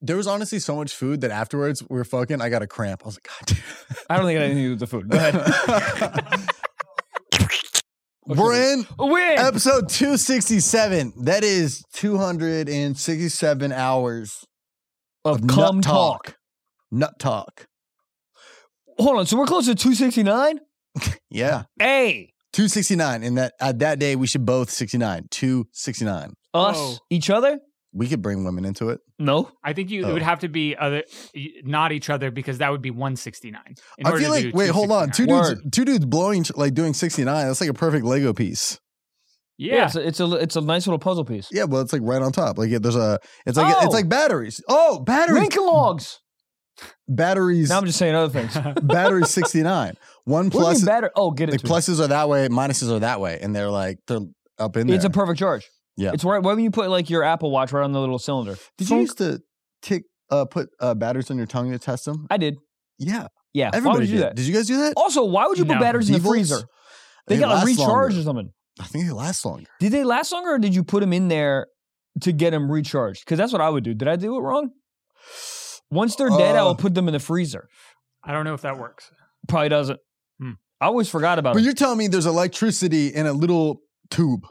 there was honestly so much food that afterwards we were fucking. I got a cramp. I was like, God damn. I don't think it had anything to do with the food. Go ahead. We're in Win. episode 267. That is 267 hours of of cum nut talk. talk. Nut talk. Hold on. So we're close to 269? Yeah. Hey, 269. And that uh, that day we should both 69. 269. us, Whoa. each other? We could bring women into it. No. I think you Oh. it would have to be other, y- not each other, because that would be 169. in I order feel to like do wait, hold on. Two 269. dudes Word. two dudes blowing each- like doing 69. That's like a perfect Lego piece. Yeah, it's, a, it's a it's a nice little puzzle piece. Yeah, well, it's like right on top. Like yeah, there's a it's like Oh. it's like batteries. Oh, batteries. Lincoln logs. Batteries. Now I'm just saying other things. battery 69. One What do you mean plus batter? Oh, get like it. to pluses are that way, minuses are that way, and they're like they're up in me. there. It's a perfect charge. Yeah. It's right when you put like your Apple Watch right on the little cylinder. Did you Funk. used to kick uh, put uh, batteries on your tongue to test them? I did. Yeah, Yeah. why everybody would did. you do that? Oh. Did you guys do that? Also, why would you put No. batteries in the Devils? freezer? They, got to last recharge longer. or something. I think they last longer. Did they last longer or did you put them in there to get them recharged? Because that's what I would do. Did I do it wrong? Once they're dead, I Uh, will put them in the freezer. I don't know if that works. Probably doesn't. Hmm. I always forgot about But it. you're telling me there's electricity in a little tube.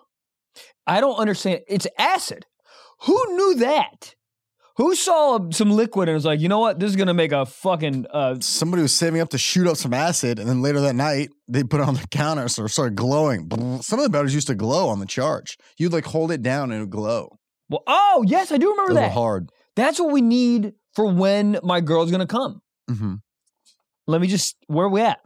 I don't understand. It's acid. Who knew that? Who saw some liquid and was like, you know what? This is going to make a fucking. Uh, Somebody was saving up to shoot up some acid, and then later that night they put it on the counter, so it started glowing. Some of the batteries used to glow on the charge. You'd like hold it down and it would glow. well, oh, yes, I do remember Those were that. hard. That's what we need for when my girl's going to come. hmm Let me just. Where we at?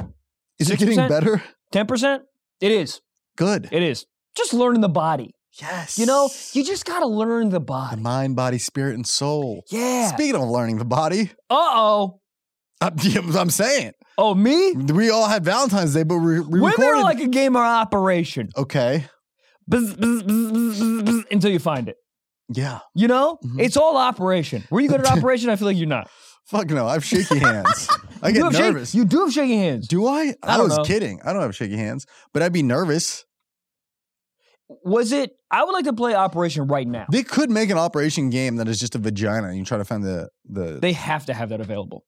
Is it getting 6%? better? 10%? It is. Good. It is. Just learning the body. Yes. You know, you just got to learn the the body. mind, body, spirit, and soul. Yeah. Speaking of learning the body, uh oh. I'm, I'm saying Oh, me? we all had Valentine's Day, but we, we Women recorded. are like a game of operation. okay, Bzz, bzz, bzz, bzz, bzz, bzz, until you find it. yeah, You know? Mhm. It's all operation. Were you good at operation? I feel like you're not. fuck no, I have shaky hands. I you get have shake- nervous. you do have shaky hands. Do I? I, don't was know. kidding. I don't have shaky hands, but I'd be nervous. Was it? I would like to play operation right now. They could make an operation game that is just a vagina, and you try to find the the. They have to have that available.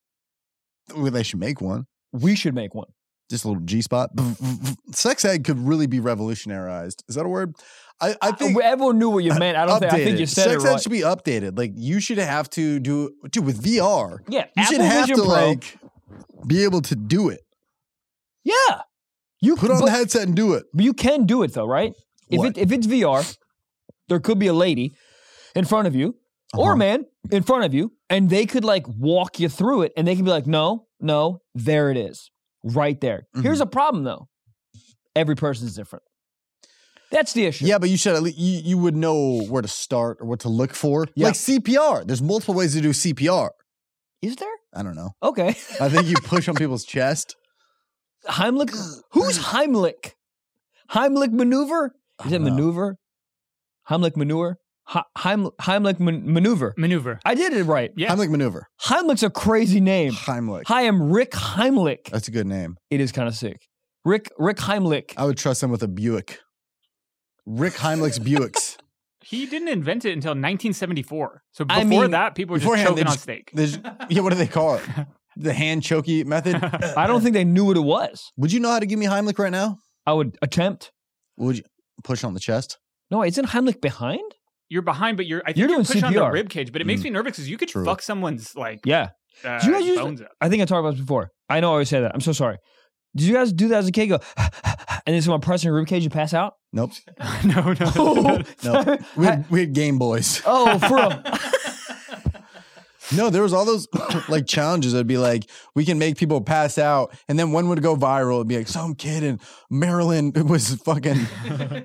Well, they should make one. We should make one. Just a little G spot. Sex ed could really be revolutionarized. Is that a word? I, I think Uh, Uh, Everyone knew what you meant. I don't think. I think you updated. said Sex it ed right. should be updated. Like you should have to do dude with VR. yeah, You Apple should have Vision to Pro. like be able to do it. yeah, you Put on but, the headset and do it. but you can do it though, right? What? If it, if it's VR, there could be a lady in front of you or a Uh-huh. man in front of you, and they could like walk you through it, and they can be like, no, no, there it is, right there. Mm-hmm. Here's a problem though. Every person's different. That's the issue. Yeah, but you should at least you, you would know where to start or what to look for. Yeah. Like CPR. There's multiple ways to do CPR. Is there? I don't know. Okay. I think you push on people's chest. Heimlich. Who's Heimlich? Heimlich maneuver? Is I it don't know. maneuver? Heimlich maneuver? He- Heim- Heimlich man- maneuver. Maneuver. I did it right. Yeah. Heimlich maneuver. Heimlich's a crazy name. Heimlich. Hi, I'm Rick Heimlich. That's a good name. It is kind of sick. Rick Rick Heimlich. I would trust him with a Buick. Rick Heimlich's Buicks. He didn't invent it until 1974. So before I mean, that, people were just beforehand, they choking on just- steak. There's, yeah, what do they call it? The hand choky method. I uh, don't think they knew what it was. Would you know how to give me Heimlich right now? I would attempt. Would you push on the chest? No, isn't Heimlich behind? You're behind, but you're. I think You're you doing push on the CPR. rib cage, but it makes me nervous because you could True. fuck someone's like Yeah. uh, Do you guys use- bones up. I think I talked about this before. I know I always say that. I'm so sorry. Did you guys do that as a kid? Go, and then someone pressing your rib cage, you pass out? Nope. no, no. No. We had, we had Game Boys. Oh, for real. No, there was all those like challenges. It'd be like we can make people pass out, and then one would go viral. It'd be like some kid in Maryland was fucking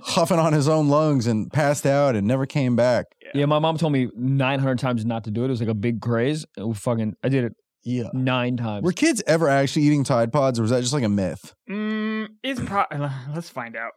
huffing on his own lungs and passed out and never came back. Yeah, my mom told me 900 times not to do it. It was like a big craze. It was fucking, I did it Yeah. nine times. Were kids ever actually eating Tide Pods, or was that just like a myth? mm, it's pro- Let's find out.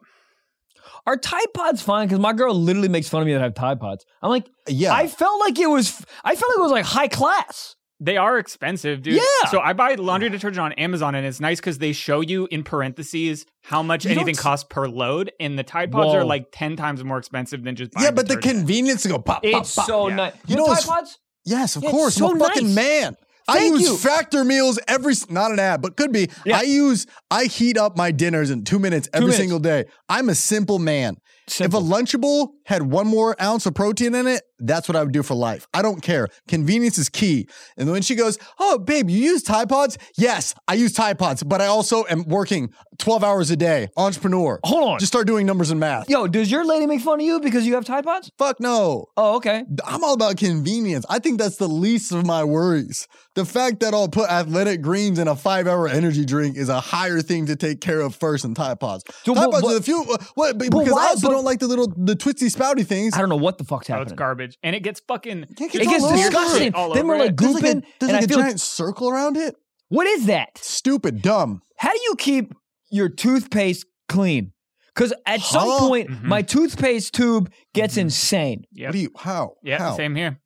Are Tide Pods fine? Because my girl literally makes fun of me that I have Tide Pods. I'm like, Yeah. I felt like it was, I felt like it was like high class. They are expensive, dude. Yeah. So I buy laundry detergent on Amazon, and it's nice because they show you in parentheses how much You don't anything s- costs per load, and the Tide Pods Whoa. are like ten times more expensive than just. Buying yeah, but the detergent. convenience to go pop, pop, It's pop. so yeah. nice. You You know know what's- Tide Pods? Yes, of Yeah, it's course. so I'm a fucking nice. man. I Thank use you. Factor meals every s- not an ad, but could be. Yeah. I use I heat up my dinners in 2 minutes every minutes. single day. I'm a simple man. Simple. If a Lunchable had one more ounce of protein in it, that's what I would do for life. I don't care. Convenience is key. And when she goes, Oh, babe, you use Tide Pods? Yes, I use Tide Pods, but I also am working 12 hours a day, entrepreneur. Hold on. Just start doing numbers and math. Yo, does your lady make fun of you because you have Tide Pods? Fuck no. Oh, okay. I'm all about convenience. I think that's the least of my worries. The fact that I'll put athletic greens in a five hour energy drink is a higher thing to take care of first than Tide Pods. So Tide what- Pods what- are the few. uh, What? Because why- I also but- don't like the little, the twisty spouty things. I don't know what the fuck's Oh, it's happening. garbage, and it gets fucking. It it gets all over disgusting. it. All Then over we're like it. There's like a, gooping, there's and like I a feel giant circle around it. what is that? Stupid, dumb. How do you keep your toothpaste clean? Because at some Huh? point, Mhm. my toothpaste tube gets insane. Yep. What do you? How? Yeah, How? same here.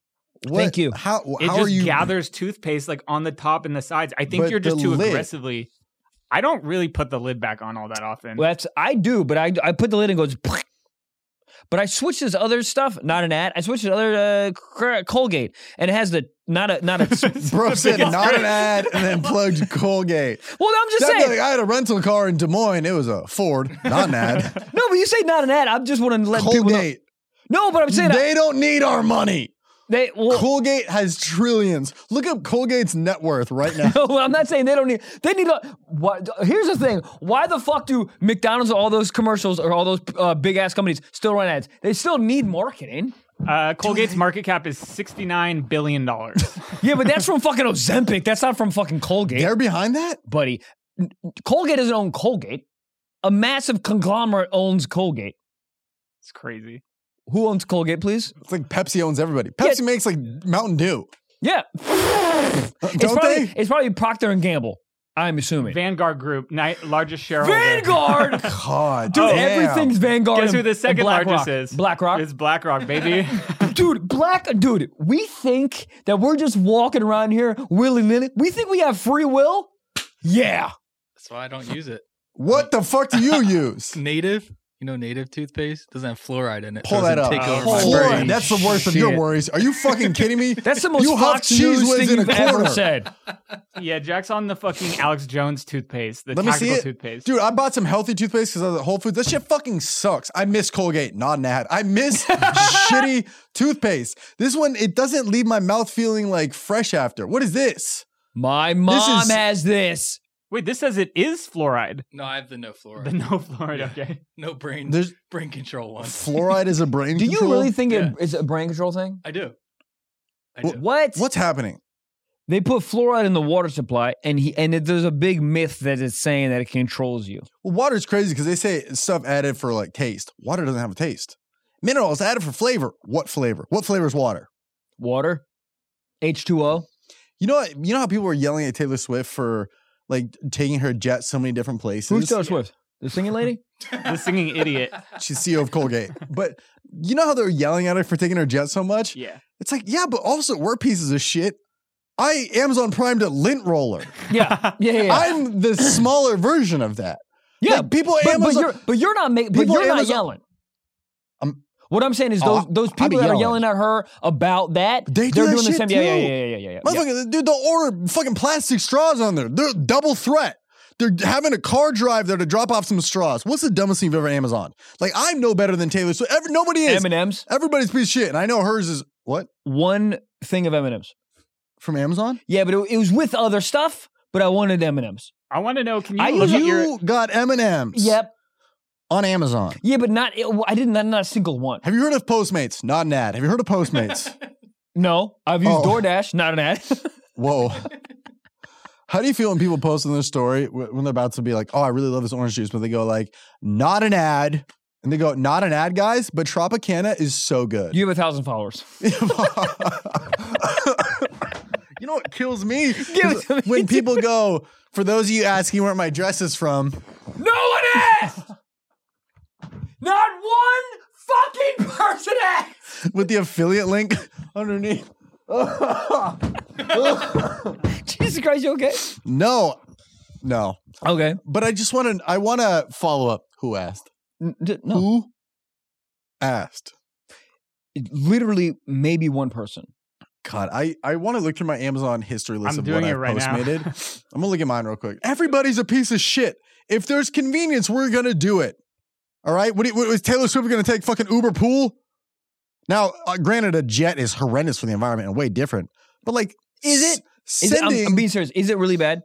What- Thank you. How? It how just are you? gathers toothpaste like on the top and the sides. I think But you're just the too lid- aggressively. I don't really put the lid back on all that often. Well, that's I do, but I I put the lid and goes. But I switched this other stuff, not an ad. I switched to other uh, Cr- Colgate, and it has the not a not a. Bro said not an ad and then plugged Colgate. well, I'm just That'd be saying. like, I had a rental car in Des Moines. It was a Ford, not an ad. no, but you say not an ad. I just want to let people know. Colgate. No, but I'm saying I- They don't need our money. they. Well, Colgate has trillions. Look up Colgate's net worth right now. No, I'm not saying they don't need. They need a. What, here's the thing: Why the fuck do McDonald's and all those commercials or all those uh, big ass companies still run ads? They still need marketing. uh, Colgate's market cap is sixty nine billion dollars. Yeah, but that's from fucking Ozempic. That's not from fucking Colgate, They're behind that? buddy. Colgate doesn't own Colgate. A massive conglomerate owns Colgate. it's crazy. Who owns Colgate, please? It's like Pepsi owns everybody. Pepsi makes like Mountain Dew. Uh, Yeah, it's Don't probably they? it's probably Procter and Gamble. I'm assuming Vanguard Group, ni- largest shareholder. Vanguard. God. Dude, Oh, damn. everything's Vanguard. Guess and- who the and second largest BlackRock. is? BlackRock. It's BlackRock, baby. dude, black dude, we think that we're just walking around here willy nilly. We think we have free will. Yeah, That's why I don't use it. What the fuck do you use? It's native. You know, native toothpaste doesn't have fluoride in it. Pull that doesn't up. Take Oh, over my Fluoride, brain. Fluoride. That's the worst of your Shit. worries. Are you fucking kidding me? that's the most You Fox Fox News Cheese thing whiz in a you've ever corner. said. yeah, Jack's on the fucking Alex Jones toothpaste, the Let me tactical see it. toothpaste. Dude, I bought some healthy toothpaste because I was at Whole Foods. That shit fucking sucks. I miss Colgate, not an ad. I miss shitty toothpaste. This one, it doesn't leave my mouth feeling like fresh after. What is this? My mom is- has this. Wait, this says it is fluoride. No, I have the no fluoride. The no fluoride. Yeah. Okay. no brain. There's- brain control one. Fluoride is a brain Do you control? really think Yeah. it, it's a brain control thing? I do. I do. Well, What? What's happening? They put fluoride in the water supply, and he and it, there's a big myth that it's saying that it controls you. Well, water's crazy because they say it's stuff added for like taste. Water doesn't have a taste. Minerals added for flavor. What flavor? What flavor is water? Water, H two O. You know, what, you know how people were yelling at Taylor Swift for like taking her jet so many different places. Who's Taylor Swift? The singing lady? The singing idiot. She's CEO of Colgate. But you know how they're yelling at her for taking her jet so much? Yeah. It's like, yeah, but also we're pieces of shit. I Amazon Prime to lint roller. Yeah, yeah, yeah. yeah. I'm the smaller version of that. yeah, Like, people at But, but Amazon. you're but you're not making but People you're not Amazon- yelling. Um, what I'm saying is Oh, those those I- I be people that are yelling. yelling at her about that They do are that doing the shit same. Yeah, yeah, too. yeah, yeah, yeah, yeah. yeah. Motherfucker, dude, they'll order fucking plastic straws on there. They're double threat. They're having a car drive there to drop off some straws. What's the dumbest thing you've ever Amazon? Like, I'm no better than Taylor Swift. Every, nobody is. M&Ms. Everybody's a piece of shit. And I know hers is what? One thing of M&Ms. From Amazon? Yeah, but it, it was with other stuff. But I wanted M&Ms. I want to know. Can you I look use at you your? got M&M's Yep. on Amazon. Yeah, but not. It, I didn't. Not, not a single one. Have you heard of Postmates? Not an ad. Have you heard of Postmates? No, I've used Oh. DoorDash. Not an ad. Whoa. How do you feel when people post in their story wh- when they're about to be like, oh, I really love this orange juice, but they go like, not an ad. And they go, not an ad, guys, but Tropicana is so good. you have a thousand followers. you know what kills me? it to me. When people go, for those of you asking where my dress is from, No one asked. not one fucking person asked. with the affiliate link underneath. Jesus Christ, you okay? No, no. Okay. But I just want to, I want to follow up. Who asked? N- d- No. Who asked? literally maybe one person. God, I, I want to look through my Amazon history list I'm of doing what it I've right now. postmated. I'm gonna look at mine real quick. Everybody's a piece of shit. If there's convenience, we're gonna do it. All right. What, do you- what is Taylor Swift gonna take fucking Uber pool? Now, uh, granted, a jet is horrendous for the environment and way different, but like, Is s- it? Is it, um, I'm, sending? I'm being serious. Is it really bad?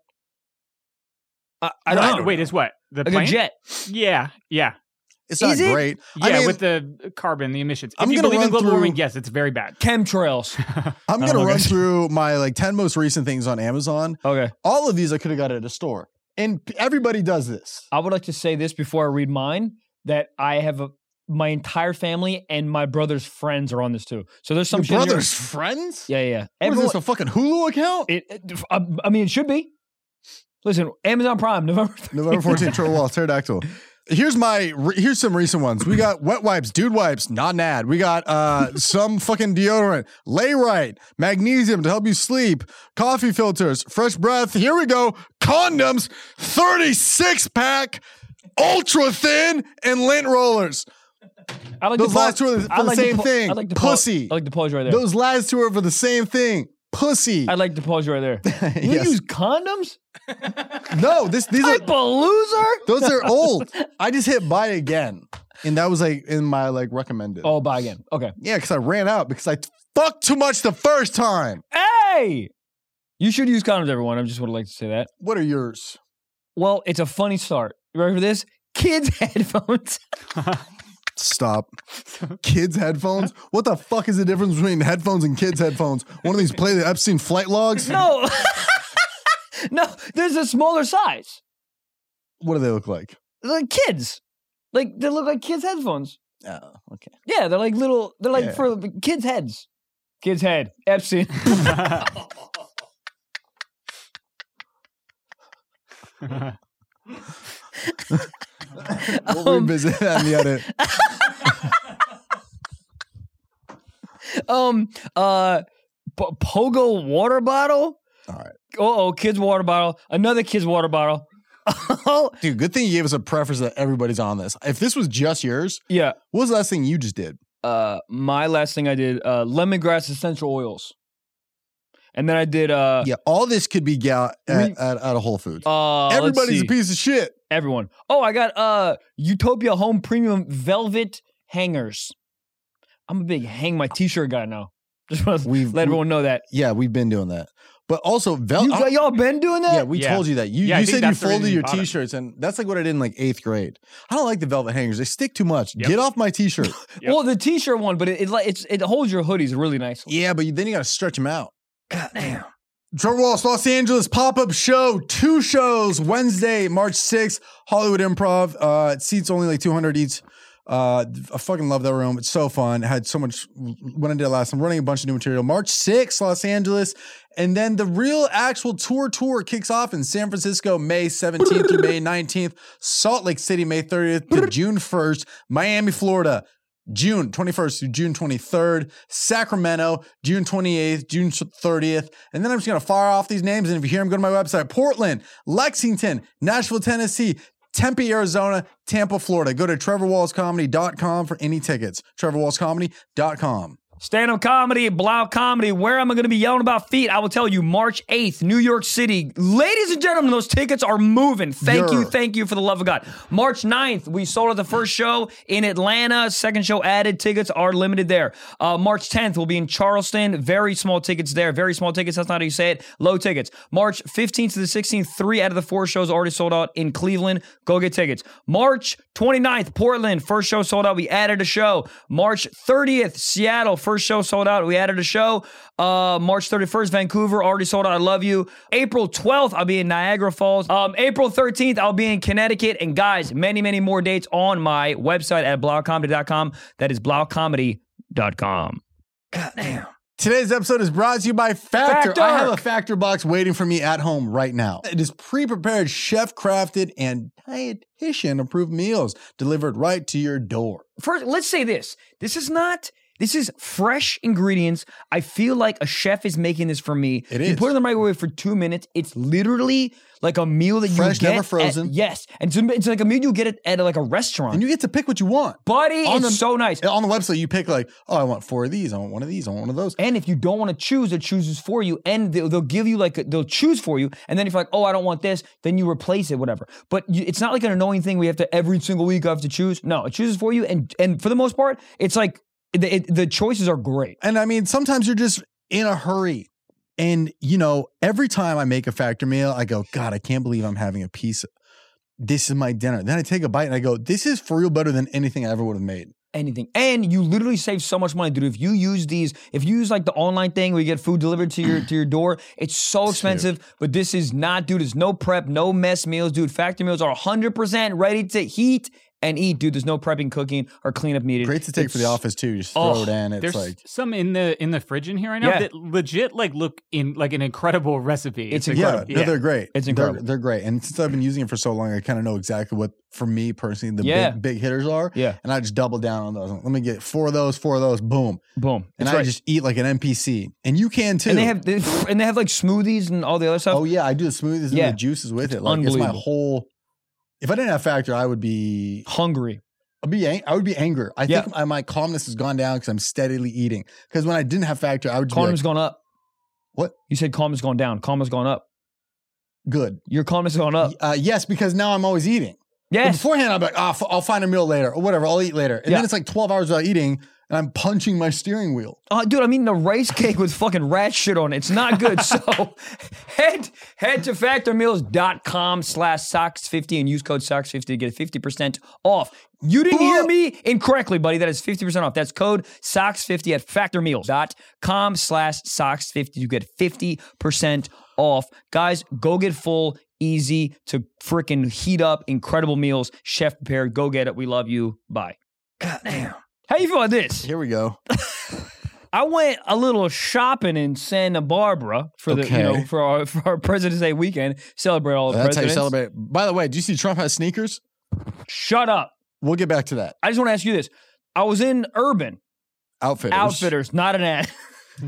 I, I don't, Right. I don't Wait, know. is what the like plane? a jet. Yeah, yeah, it's not is it? great. yeah. I mean- with the carbon, the emissions. If I'm you gonna believe in run global warming, through- yes, it's very bad. Chemtrails. I'm I gonna don't know, run guys. through my like ten most recent things on Amazon. okay. All of these I could have got at a store, and p- everybody does this. I would like to say this before I read mine that I have a, my entire family and my brother's friends are on this too. So there's some Your shit in your- brother's friends. Yeah, yeah. What is Everyone, this a fucking Hulu account? it, it- I, I mean, it should be. Listen, Amazon Prime, November. 13th. November 14th, Troll Wall, Pterodactyl. Here's my re- here's some recent ones. We got wet wipes, dude wipes, not an ad. We got uh some fucking deodorant, lay right, magnesium to help you sleep, coffee filters, fresh breath. Here we go, condoms, 36 pack, ultra thin, and lint rollers. I like Those to pause- last two are for I the to same pa- thing. I like to pause- Pussy. I like to pause you right there. Those last two are for the same thing. Pussy. I like to pause you right there. You Yes. use condoms? no, this these are Type of loser. those are old. I just hit buy again. And that was like in my like recommended. Oh, buy again. Okay. Yeah, because I ran out because I t- fucked too much the first time. Hey, you should use condoms, everyone. I just would like to say that. What are yours? Well, it's a funny start. You ready for this? Kids headphones. Stop. Kids headphones? What the fuck is the difference between headphones and kids headphones? One of these play the Epstein flight logs? no, no. There's a smaller size. What do they look like? They're like kids. Like they look like kids headphones. Oh, okay. Yeah, they're like little. They're like Yeah. for the kids heads. Kids head. Epstein. We'll Um, revisit that in the edit. um. Uh. P- Pogo water bottle. All right. Oh, kids water bottle. Another kids water bottle. Oh, Dude, good thing you gave us a preference that everybody's on this. If this was just yours, yeah. what was the last thing you just did? uh my last thing I did uh lemongrass essential oils. And then I did uh yeah, all this could be got at, we- at, at a Whole Foods. uh let's Everybody's a see. piece of shit. everyone. Oh, I got uh Utopia Home Premium Velvet Hangers. I'm a big hang my t-shirt guy now. Just want to We've let everyone know that. yeah, we've been doing that. But also, vel- You, I'm- y'all been doing that? Yeah, we Yeah. told you that. You, Yeah, I you think said you that's the reason folded you your bought it. t-shirts, and that's like what I did in like eighth grade. I don't like the velvet hangers; they stick too much. Yep. Get off my t-shirt. Yep. Well, the t-shirt one, but it, it like it's it holds your hoodies really nicely. yeah, but you, then you got to stretch them out. God damn. Trevor Wallace, Los Angeles pop-up show, two shows Wednesday, March sixth, Hollywood Improv. Uh, it seats only like two hundred each. Uh, I fucking love that room. It's so fun. I had so much when I did it last. I'm running a bunch of new material. March 6th, Los Angeles. And then the real actual tour tour kicks off in San Francisco, May 17th through May 19th, Salt Lake City, May 30th to June 1st, Miami, Florida, June 21st through June 23rd, Sacramento, June 28th, June 30th. And then I'm just going to fire off these names. And if you hear them, go to my website Portland, Lexington, Nashville, Tennessee, Tempe, Arizona, Tampa, Florida. Go to trevorwallscomedy.com for any tickets. trevorwallscomedy.com. Stand-up comedy, blau comedy. Where am I going to be yelling about feet? I will tell you, March 8th, New York City. Ladies and gentlemen, those tickets are moving. Thank you, Yer. thank you for the love of God. March 9th, we sold out the first show in Atlanta. Second show added. Tickets are limited there. Uh, March 10th, we'll be in Charleston. Very small tickets there. Very small tickets. That's not how you say it. Low tickets. March 15th to the 16th, three out of the four shows already sold out in Cleveland. Go get tickets. March 29th, Portland. First show sold out. We added a show. March 30th, Seattle. First show sold out. We added a show. Uh, March 31st, Vancouver. Already sold out. I love you. April 12th, I'll be in Niagara Falls. Um, April 13th, I'll be in Connecticut. And guys, many, many more dates on my website at blaucomedy.com. That is blaucomedy.com. Today's episode is brought to you by Factor. Factor! I have a Factor box waiting for me at home right now. It is pre-prepared, chef-crafted, and dietitian-approved meals delivered right to your door. First, let's say this. This is not This is fresh ingredients. I feel like a chef is making this for me. It You is. put it in the microwave for two minutes. It's literally like a meal that Fresh, you get never at- frozen. yes, and it's, it's like a meal you get at, at like a restaurant. and you get to pick what you want. Buddy, On it's the- so nice. And Eh, on the website, you pick like, oh, I want four of these, I want one of these, I want one of those. And if you don't want to choose, it chooses for you, and they'll, they'll give you like a- they'll choose for you. And then if you're like, oh, I don't want this, then you replace it, whatever. But you, it's not like an annoying thing we have to every single week I have to choose. No, it chooses for you, and and for the most part, it's like the, it, the choices are great. And I mean, sometimes you're just in a hurry. And, you know, every time I make a factor meal, I go, God, I can't believe I'm having a piece. This is my dinner. Then I take a bite and I go, this is for real better than anything I ever would have made. Anything, and you literally save so much money, dude. If you use these, if you use like the online thing where you get food delivered to your to your door, it's so expensive. But this is not, dude. It's no prep, no mess meals, dude. Factor meals are 100 percent ready to heat. And eat, dude. There's no prepping, cooking, or cleanup needed. Great to take for the It's- office too. You just oh, throw it in. It's There's like, some in the in the fridge in here right now Yeah. that legit like look in like an incredible recipe. It's like, yeah, incredible. no, they're great. It's They're- incredible. They're, great. And since I've been using it for so long, I kind of know exactly what, for me personally, the Yeah. big, big hitters are. Yeah. And I just double down on those. Let me get four of those, four of those, boom. Boom. And It's I right. just eat like an NPC. And you can too. and they have they, and they have like smoothies and all the other stuff. Oh yeah, I do the smoothies Yeah. and the juices with it. Like it's my unbelievable. whole. If I didn't have Factor, I would be Hungry. I'd be ang- I would be angry. I Yeah. think my, my calmness has gone down because I'm steadily eating. Because when I didn't have Factor, I would just be Calm's like, gone up. What? You said calm's gone down. Calm has gone up. good. Your calmness has gone up. Uh, yes, because now I'm always eating. But Yes. beforehand, I'm like, ah, f- I'll find a meal later or whatever. I'll eat later, and Yeah. then it's like 12 hours without eating, and I'm punching my steering wheel. Uh, dude, I'm eating a rice cake with fucking rat shit on it. It's not good. so head head to factormeals.com slash socks50 and use code socks50 to get 50% off. You didn't hear me incorrectly, buddy. That is 50% off. That's code socks50 at factormeals.com slash socks50 to get 50% off. Guys, go get full, easy to freaking heat up, incredible meals, chef prepared. Go get it. We love you. Bye. God damn. How you feel about this? Here we go. I went a little shopping in Santa Barbara for the you Okay. know for our for our President's Day weekend. Celebrate all the That's how you presidents. celebrate. By the way, do you see Trump has sneakers? Shut up! We'll get back to that. I just want to ask you this. I was in Urban Outfitters. Outfitters, not an ad,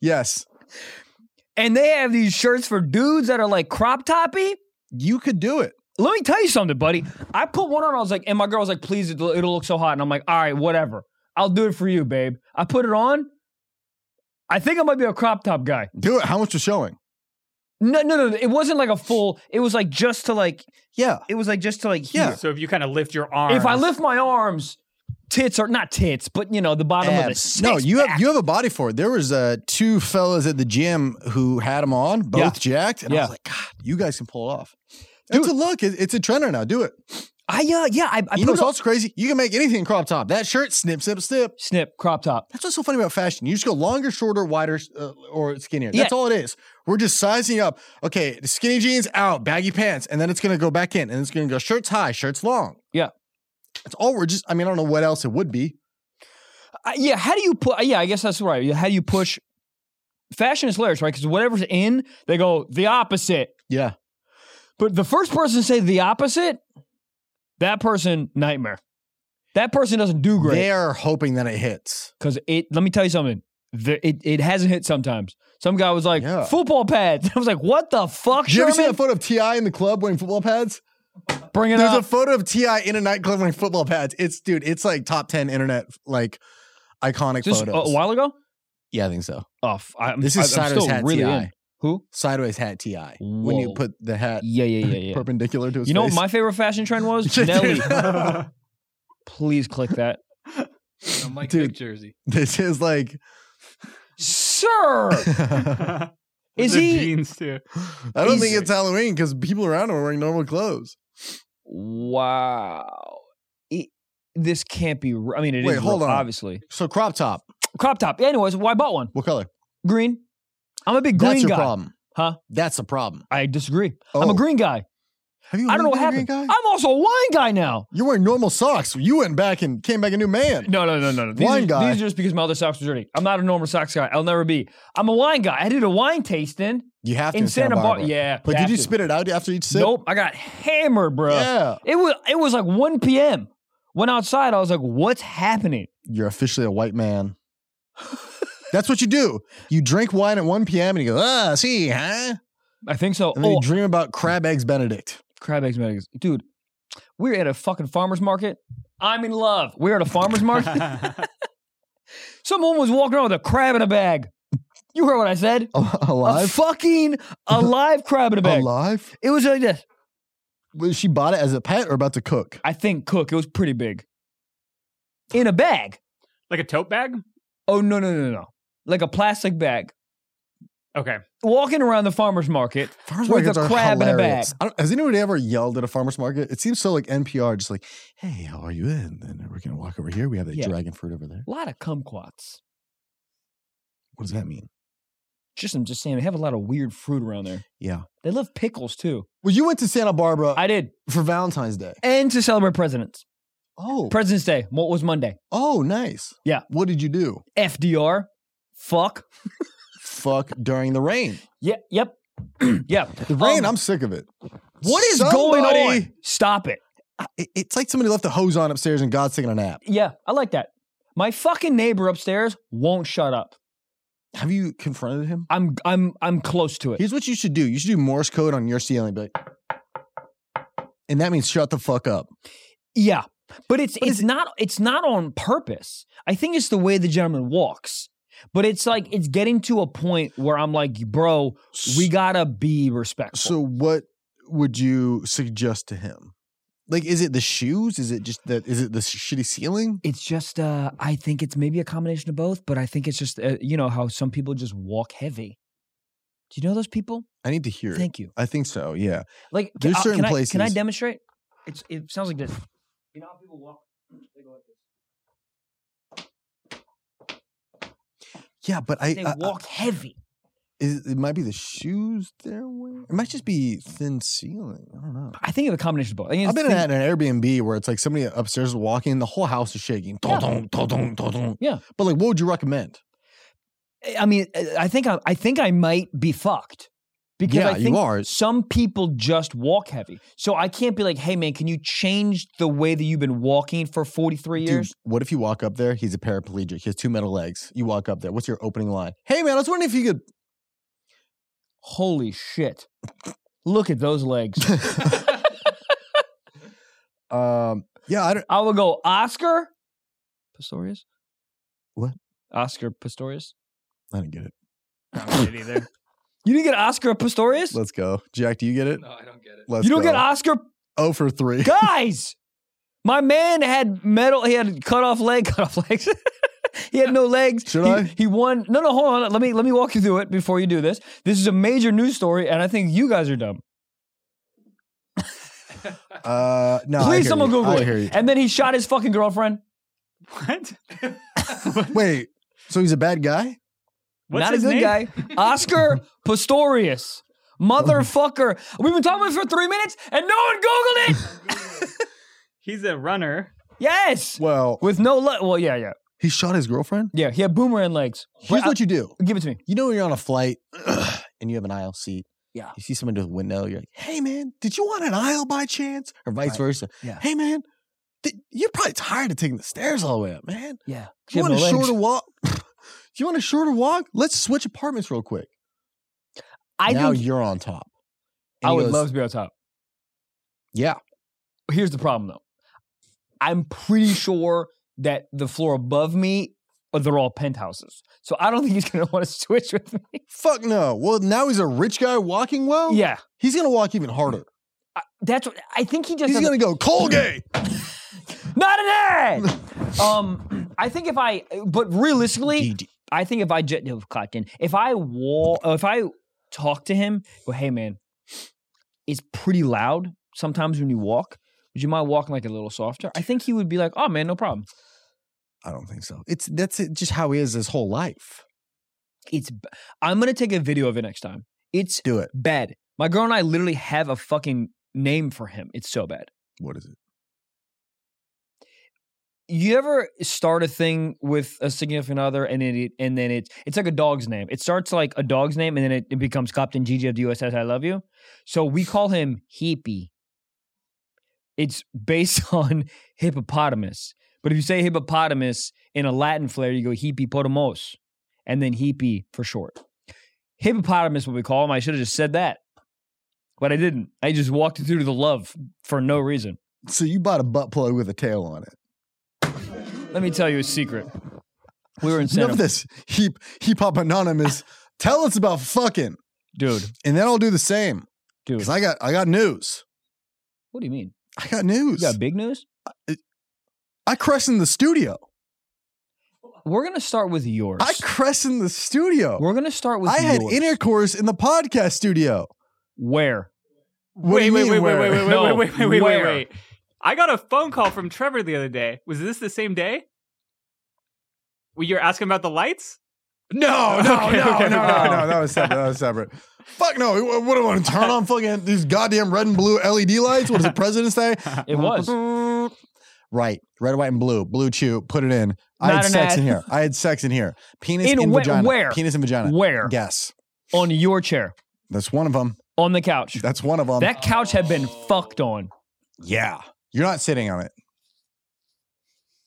Yes, and they have these shirts for dudes that are like crop toppy. you could do it. Let me tell you something, buddy. I put one on. I was like, and my girl was like, "Please, it'll, it'll look so hot." And I'm like, "All right, whatever. I'll do it for you, babe." I put it on. I think I might be a crop top guy. Do it. How much was showing? No, no, no. It wasn't like a full. It was like just to like. Yeah. It was like just to like. Heat Yeah. So if you kind of lift your arm, If I lift my arms, tits are not tits, but you know the bottom of the abs. No, you have you have a body for it. There was uh, two fellas at the gym who had them on, both Yeah. jacked, and I Yeah. was like, God, you guys can pull it off. it's a look. It- It's a trend now. Do it. I uh, yeah, I, I you put know it what's on- also crazy? You can make anything crop top. That shirt, snip, snip, snip. snip crop top. That's what's so funny about fashion. You just go longer, shorter, wider, uh, or skinnier. Yeah. That's all it is. We're just sizing up. Okay, skinny jeans out, baggy pants, and then it's gonna go back in, and it's gonna go shirts high, shirts long. Yeah. That's all we're just. I mean, I don't know what else it would be. Uh, yeah, how do you put? yeah, I guess that's right. Yeah, How do you push? Fashion is hilarious, right? Because whatever's in, they go the opposite. Yeah. But the first person to say the opposite, that person nightmare. That person doesn't do great. They are hoping that it hits. Because it, let me tell you something. The, it, it hasn't hit sometimes. Some guy was like, Yeah. football pads. I was like, what the fuck, Did you ever see Sherman? that photo of Ti in the club wearing football pads? Bring it There's up. a photo of Ti in a nightclub wearing football pads. It's dude, it's like top ten internet like iconic Just uh, a, photos. a while ago? Yeah, I think so. Oh, f- I'm, This I- is I'm Sider's still hat really TI. in. Who? Sideways hat Ti. When you Whoa. put the hat Yeah, yeah, yeah, yeah. perpendicular to his You know what face. my favorite fashion trend was? Dude, Nelly. Please click that. A Mike Dude. Vick jersey. this is like Sir, I is Their he? jeans too? don't think Easy. it's Halloween because people around him are wearing normal clothes. Wow. It- this can't be. r- I mean, it is. Wait, hold real, on. Obviously, So crop top, crop top. Anyways, why I bought one? what color? Green. I'm a big green That's your guy. problem, Huh? That's the problem. I disagree. I'm Oh. a green guy. Have you I don't know always been what a happened. green guy? I'm also a wine guy now. You're wearing normal socks. You went back and came back a new man. No, no, no, no, no. These Wine are, guy. These are just because my other socks were dirty. I'm not a normal socks guy. I'll never be. I'm a wine guy. I did a wine tasting You have to in Santa Barbara. Yeah. But did you have to. spit it out after each sip? Nope, I got hammered, bro. Yeah. It was it was like 1 p.m. Went outside. I was like, what's happening? You're officially a white man. That's what you do. You drink wine at 1 p.m. and you go, ah, see, huh? I think so. And then oh, you dream about crab eggs Benedict. crab eggs, man. Dude, we're at a fucking farmer's market. I'm in love. We're at a farmer's market. Someone was walking around with a crab in a bag. You heard what I said? Al- A Alive? fucking alive crab in a bag. Alive? It was like this. Well, She bought it as a pet or about to cook? I think cook. It was pretty big. In a bag. like a tote bag? Oh no no no no. Like a plastic bag. Okay. Walking around the farmer's market. Farmers With a markets are crab in a hilarious. bag. I don't- Has anybody ever yelled at a farmer's market? It seems so like NPR, just like, hey, how are you? And then we're going to walk over here. We have that Yeah. dragon fruit over there. A lot of kumquats. What does that mean? Just I'm just saying they have a lot of weird fruit around there. Yeah. They love pickles too. Well, you went to Santa Barbara I did. for Valentine's Day. And to celebrate presidents. Oh, President's Day. What was Monday? oh, nice. Yeah. What did you do? FDR. Fuck. Fuck during the rain. Yeah. Yep. yeah. The rain. Um, I'm sick of it. What is going on? Stop it. It- It's like somebody left the hose on upstairs and God's taking a nap. Yeah, I like that. My fucking neighbor upstairs won't shut up. Have you confronted him? I'm I'm I'm close to it. Here's what you should do. You should do Morse code on your ceiling, be like, and that means shut the fuck up. Yeah. But it's it's not it's not on purpose. I think it's the way the gentleman walks. But it's like it's getting to a point where I'm like, bro, we gotta be respectful. So, what would you suggest to him? Like, is it the shoes? Is it just that? Is it the shitty ceiling? it's just uh I think it's maybe a combination of both, but I think it's just uh, you know how some people just walk heavy. Do you know those people? I need to hear it. Thank you. I think so. Yeah. Like There's uh, certain can I, can I places- demonstrate? It's it sounds like this. You know how people walk they go like this. Yeah, but I, They I- I- walk heavy. is, it might be the shoes they're wearing. It might just be thin ceiling. I don't know. I think of a combination of both. I think I've it's been at thin- an Airbnb where it's like somebody upstairs is walking, the whole house is shaking. Yeah. Dun-dun, dun-dun, dun-dun. Yeah. But like, what would you recommend? I mean, uh, I think I, I think I might be fucked because Yeah, I you think are. some people just walk heavy. So I can't be like, hey man, can you change the way that you've been walking for forty three Dude, years? what if you walk up there? He's a paraplegic. He has two metal legs. You walk up there. What's your opening line? Hey man, I was wondering if you could. Holy shit! Look at those legs. Um. Yeah. I don't. I would go Oscar Pistorius. What? Oscar Pistorius. I didn't get it. I don't get it either. You didn't get Oscar Pistorius. Let's go, Jack. Do you get it? No, I don't get it. Let's. you don't go. get Oscar Oh for three. guys. My man had metal. He had cut off leg, cut off legs. he had no legs. Should he, I? He won. No, no. Hold on. Let me let me walk you through it before you do this. This is a major news story, and I think you guys are dumb. Uh. No. I hear Please, someone you. Google I it. hear you. And then he shot his fucking girlfriend. What? Wait. So he's a bad guy? What's Not his a good name? guy. Oscar Pistorius. Motherfucker. We've been talking about it for three minutes, and no one googled it. He's a runner. Yes. Well, With no leg. Well, yeah, yeah, he shot his girlfriend. yeah. He had boomerang legs. Here's But I- what you do. give it to me. You know when you're on a flight and you have an aisle seat. Yeah. You see someone to the window, you're like, hey man, did you want an aisle by chance? Or vice Right. versa. Yeah. Hey man, th- you're probably tired of taking the stairs all the way up, man. Yeah. You want She a had no legs. shorter walk? you want a shorter walk? Let's switch apartments real quick. I now think you're on top. And I he would goes, love to be on top. Yeah. here's the problem though. I'm pretty sure that the floor above me, uh, they're all penthouses. So I don't think he's gonna want to switch with me. Fuck no. Well, now he's a rich guy walking well. Yeah, He's gonna walk even harder. that's what I think he just He's has a- gonna go Colgate. not an ad. um, I think if I, but realistically, DD. I think if I jet no, Cotton, if I wall, if I talk to him, go, hey man, it's pretty loud sometimes when you walk. Would you mind walking like a little softer? I think he would be like, oh man, no problem. I don't think so. It's that's it, just how he is his whole life. It's, b- I'm gonna take a video of it next time. It's Do it. bad. My girl and I literally have a fucking name for him. It's so bad. What is it? You ever start a thing with a significant other and then it and then it's it's like a dog's name. It starts like a dog's name and then it, it becomes Captain GG of the USS I love you. So we call him Heepy. it's based on hippopotamus. But if you say hippopotamus in a Latin flair, you go hippipotamos, and then hippie for short. Hippopotamus, what we call him. I should have just said that, but I didn't. I just walked through the love for no reason. So you bought a butt plug with a tail on it. Let me tell you a secret. We were in Enough Santa, of this heap hip hop anonymous. Tell us about fucking, dude. and then I'll do the same. Dude, Cause I got I got news. what do you mean? I got news. You got big news? I crest in the studio. We're gonna start with yours. I crest in the studio. We're gonna start with I had yours. intercourse in the podcast studio. Where? What do wait, you wait, mean, wait, where? wait, wait, wait, No, wait, wait, wait, wait, where? wait, wait. I got a phone call from Trevor the other day. Was this the same day? Well, you're asking about the lights? No, no, Okay, no, no, okay, no, okay. no. That was separate. That was separate. Fuck no. What, what do I want to turn on fucking these goddamn red and blue LED lights? What is it, President's Day? It was. Right. Red, white, and blue. Blue chew. Put it in. I Not had an sex ad. in here. I had sex in here. Penis In in, wh- vagina. where? Penis and vagina. Where? Guess. On your chair. That's one of them. On the couch. That's one of them. That couch had been fucked on. yeah. You're not sitting on it.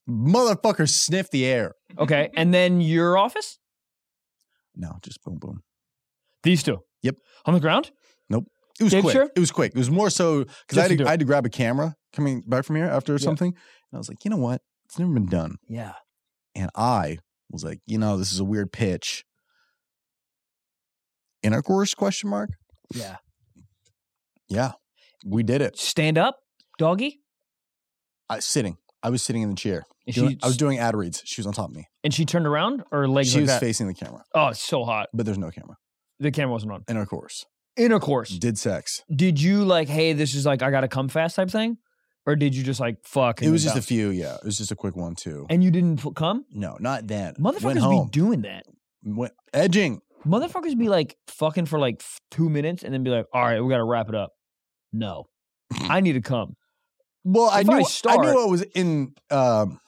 Motherfucker sniff the air. Okay. And then your office? No, just boom, boom. These two. Yep. On the ground? It was Dave quick. Sher? It was quick. It was more so because I, Just to had do to- it. I had to grab a camera coming back from here after something. And I was like, you know what? It's never been done. Yeah. And I was like, you know, this is a weird pitch. Intercourse question mark? Yeah. Yeah. We did it. Stand up, doggy. I sitting. I was sitting in the chair. And Doing- she, I was doing ad reads. She was on top of me. and she turned around or legs She like was that? facing the camera, oh, it's so hot. but there's no camera. The camera wasn't on. Intercourse. Intercourse. Did sex. Did you like, hey, this is like I gotta come fast type thing? Or did you just like fuck? and It was then just a bounce? few. Yeah. It was just a quick one, too. and you didn't f- come? No, not then. Went Motherfuckers home. be doing that. Went, edging. Motherfuckers be like fucking for like f- two minutes and then be like, all right, we gotta wrap it up. No. I need to come. Well, I If I knew I, start- knew what was in um,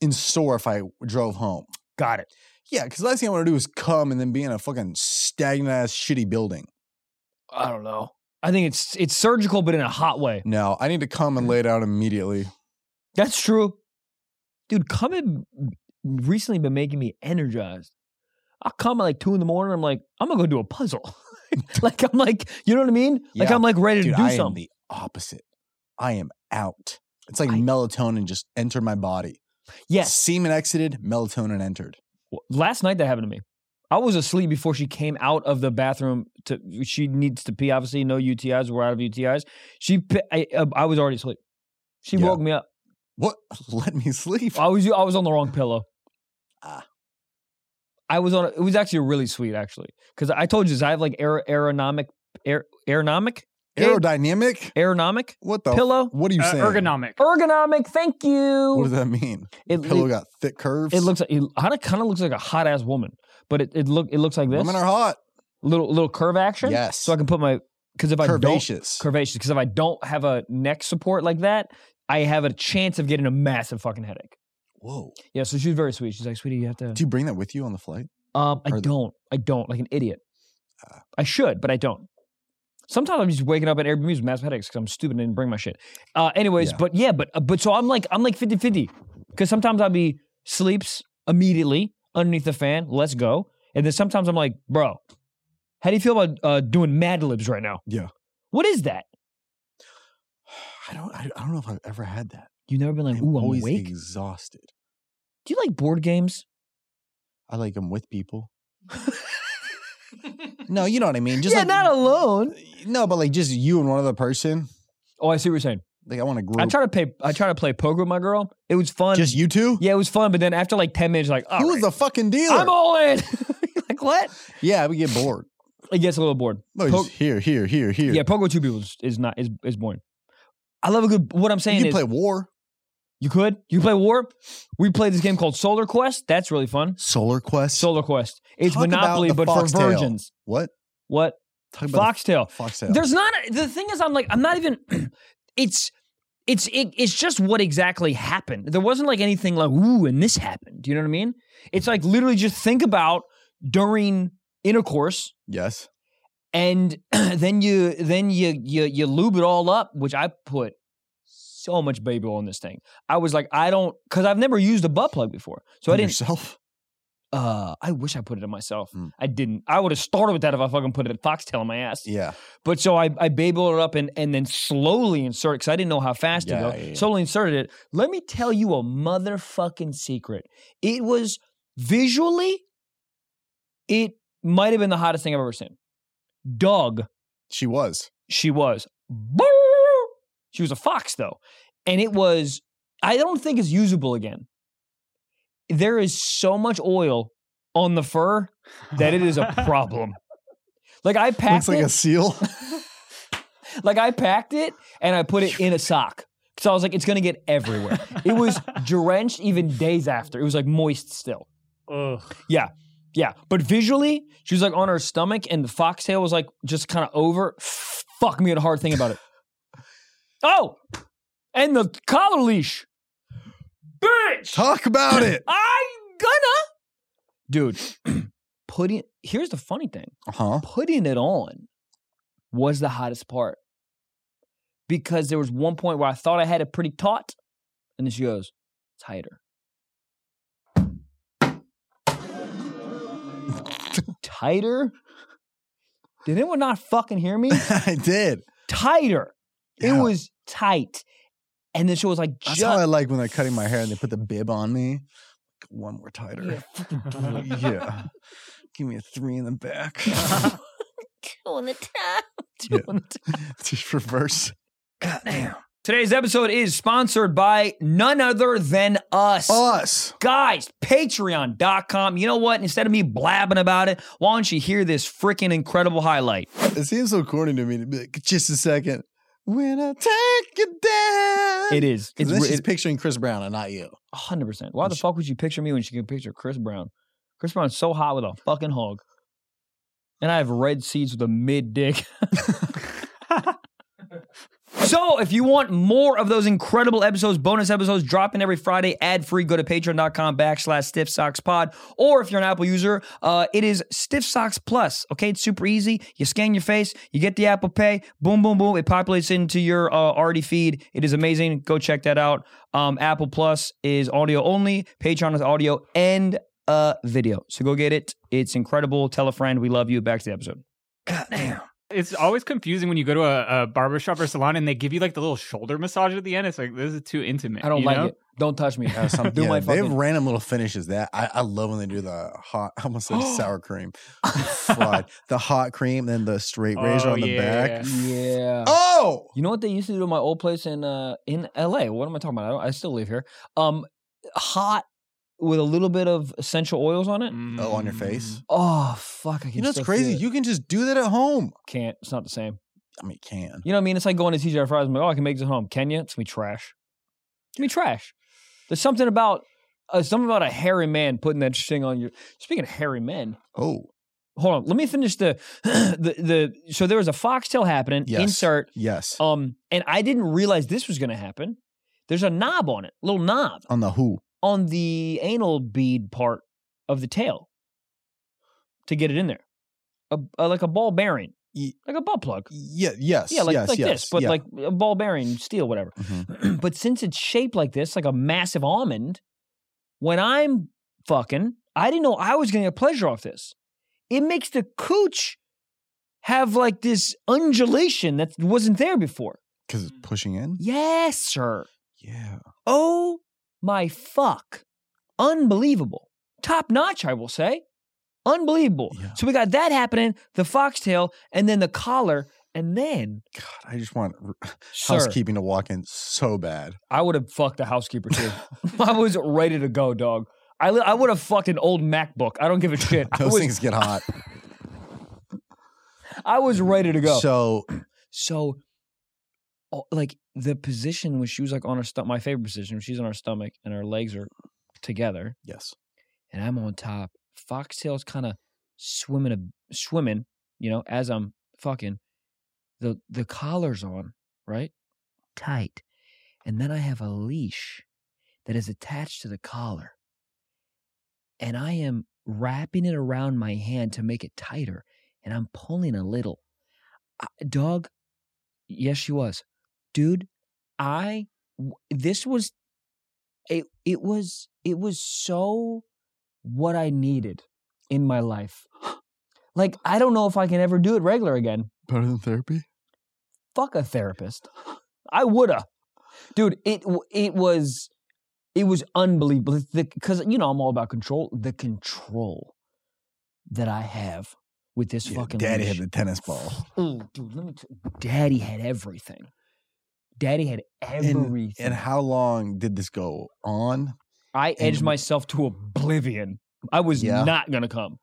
in store if I drove home. Got it. Yeah, because last thing I want to do is come and then be in a fucking stagnant ass shitty building. I don't know. I think it's it's surgical, but in a hot way. No, I need to come and lay down immediately. That's true, dude. Come and recently been making me energized. I come at like two in the morning. I'm like, I'm gonna go do a puzzle. like I'm like, you know what I mean? Like Yeah. I'm like ready Dude, to do I am something. the opposite. I am out. It's like I- melatonin just entered my body. yes. Semen exited, melatonin entered. Last night that happened to me. I was asleep before she came out of the bathroom. To she needs to pee. Obviously, no UTIs. We're out of UTIs. She, pi- I, uh, I was already asleep. She Yeah. woke me up. What? Let me sleep. I was I was on the wrong pillow. Ah. I was on. It was actually really sweet, actually, because I told you this. I have like aer- aeronomic, aer- aeronomic, Aerodynamic? aeronomic, What the? Pillow? F- what are you Uh, saying? ergonomic. ergonomic. Thank you. What does that mean? it, Pillow it, got thick curves. it looks. Like, it kind of looks like a hot ass woman, but it, it look it looks like this Women are hot. little little curve action. Yes. So I can put my because if I don't Curvaceous. curvaceous because if I don't have a neck support like that, I have a chance of getting a massive fucking headache. Whoa. Yeah. So she was very sweet. She's like, sweetie, you have to. Do you bring that with you on the flight? Um, I Or the- don't. I don't. Like an idiot. Ah. I should, but I don't. Sometimes I'm just waking up at Airbnbs with massive headaches because I'm stupid and didn't bring my shit. Uh, anyways, Yeah. but yeah, but uh, but so I'm like I'm like 50 50 because sometimes I'll be sleeps immediately underneath the fan. Let's go, and then sometimes I'm like, bro, how do you feel about uh, doing Mad Libs right now? Yeah. What is that? I don't. I, I don't know if I've ever had that. You've never been like, I'm ooh, I'm always awake. exhausted. do you like board games? I like them with people. no, you know what I mean. Just yeah, like, uh, not alone. no, but like just you and one other person. Oh, I see what you're saying. Like I want to group. I try to play. I try to play poker with my girl. It was fun. just you two. Yeah, it was fun, but then after like ten minutes, like, oh, Who was the fucking dealer? I'm all in. like what? yeah, we get bored. It gets a little bored. No, Po- just here, here, here, here. Yeah, poker with two people is, is not is is boring. I love a good. What I'm you saying can is, play war. you could you play war. We played this game called Solar Quest. That's really fun. Solar Quest. Solar Quest. It's Talk about Monopoly, the but for Foxtail. virgins. what? What Talk about Foxtail? the Foxtail. There's not a, the thing is I'm like I'm not even it's it's it, it's just what exactly happened. There wasn't like anything like ooh and this happened. Do you know what I mean? It's like literally just think about during intercourse Yes. and then you then you you you lube it all up, which I put so much baby oil in this thing. I was like, I don't, because I've never used a butt plug before, so I On didn't. yourself. Uh, I wish I put it in myself. Mm. I didn't. I would have started with that if I fucking put it a foxtail on my ass. Yeah. But so I, I baby oiled it up and, and then slowly inserted because I didn't know how fast Yeah, to go. yeah, yeah. Slowly inserted it. Let me tell you a motherfucking secret. It was visually, it might have been the hottest thing I've ever seen. Dog, She was. she was. Boo! She was a fox though. And it was, I don't think it's usable again. There is so much oil on the fur that it is a problem. Like I packed Looks like it. a seal. Like I packed it and I put it in a sock. So I was like, it's gonna get everywhere. it was drenched even days after. It was like moist still. Ugh. Yeah. But visually, she was like on her stomach and the foxtail was like just kind of over. Fuck me had a hard thing about it. Oh! And the collar leash. Bitch! Talk about it. I'm gonna Dude, putting here's the funny thing Huh? putting it on was the hottest part because there was one point where I thought I had it pretty taut, and then she goes tighter, tighter. Did anyone not fucking hear me? I did. Tighter. Yeah. It was tight, and then she was like, That's "Ju- how I like when they're cutting my hair and they put the bib on me. One more tighter. Yeah. Give me a three in the back. Two on the top. Just reverse. Damn. Today's episode is sponsored by none other than us. Us. Guys, patreon.com. You know what? Instead of me blabbing about it, why don't you hear this freaking incredible highlight? It seems so corny to me to be like, just a second. When I take you down. It is. It's It's, she's re- it- picturing Chris Brown and not you. 100%. Why the fuck would you picture me when she can picture Chris Brown? Chris Brown's so hot with a fucking hog. And I have red seeds with a mid dick. So, if you want more of those incredible episodes, bonus episodes dropping every Friday ad free, go to patreon.com backslash stiff socks pod. Or if you're an Apple user, uh, it is stiff socks plus. Okay, it's super easy. You scan your face, you get the Apple Pay, boom, boom, boom. It populates into your uh, already feed. It is amazing. Go check that out. Um, Apple Plus is audio only, Patreon is audio and uh, video. So go get it. It's incredible. Tell a friend. We love you. Back to the episode. It's always confusing when you go to a, a barber shop or salon and they give you like the little shoulder massage at the end. It's like this is too intimate. I don't you like know? it. Don't touch me. Do Yeah, my they have fucking. random little finishes that I, I love when they do the hot. I almost said sour cream, fried the hot cream, then the straight razor Oh, on the yeah. back. Yeah. Oh, You know what they used to do at my old place in uh in LA? What am I talking about? I, don't, I still live here. Um hot with a little bit of essential oils on it. Mm. oh, on your face. Oh fuck, I can You know it's still crazy. feel it. You can just do that at home. can't. It's not the same. I mean, you can. You know what I mean? It's like going to TJ Fries and like, oh, I can make this at home. Can you? It's gonna be trash. It's gonna be trash. There's something about uh, something about a hairy man putting that thing on your speaking of hairy men. Oh, Hold on, let me finish the the the so there was a foxtail happening, Yes. insert, yes. um, and I didn't realize this was gonna happen. There's a knob on it, little knob. on the who? on the anal bead part of the tail to get it in there, a, a- like a ball bearing, Ye- like a butt plug. Yeah. Yes. Yeah, like, yes, like yes, this, but yeah. like a ball bearing, steel, whatever. Mhm. but since it's shaped like this, like a massive almond, when I'm fucking, I didn't know I was going to get pleasure off this. It makes the cooch have like this undulation that wasn't there before. Cause Mm. it's pushing in. Yes, sir. Yeah. Oh my fuck. Unbelievable. Top notch, I will say. Unbelievable. Yeah. So we got that happening, the foxtail, and then the collar, and then God, I just want r- sir, housekeeping to walk in so bad. I would have fucked the housekeeper too. I was ready to go, dog. I, li- I would have fucked an old MacBook. I don't give a shit. I, Those was, things get hot. I was ready to go. So, So oh, like the position when she was like on her stomach, my favorite position, when she's on her stomach and her legs are together, yes. and I'm on top. Foxtail's kind of swimming, a, swimming, you know, as I'm fucking. The the collar's on, right? Tight, and then I have a leash that is attached to the collar, and I am wrapping it around my hand to make it tighter, and I'm pulling a little. I, dog, yes, she was, dude. I w- this was it it was it was so what I needed in my life. Like I don't know if I can ever do it regular again. Better than therapy? Fuck a therapist. I woulda. Dude, it w- it was it was unbelievable cuz you know I'm all about control, the control that I have with this Yeah, fucking daddy leash. had the tennis ball. Ooh, dude, let me tell Daddy had everything. Daddy had everything. And how long did this go on? I edged and- myself to oblivion. I was Yeah. not going to come.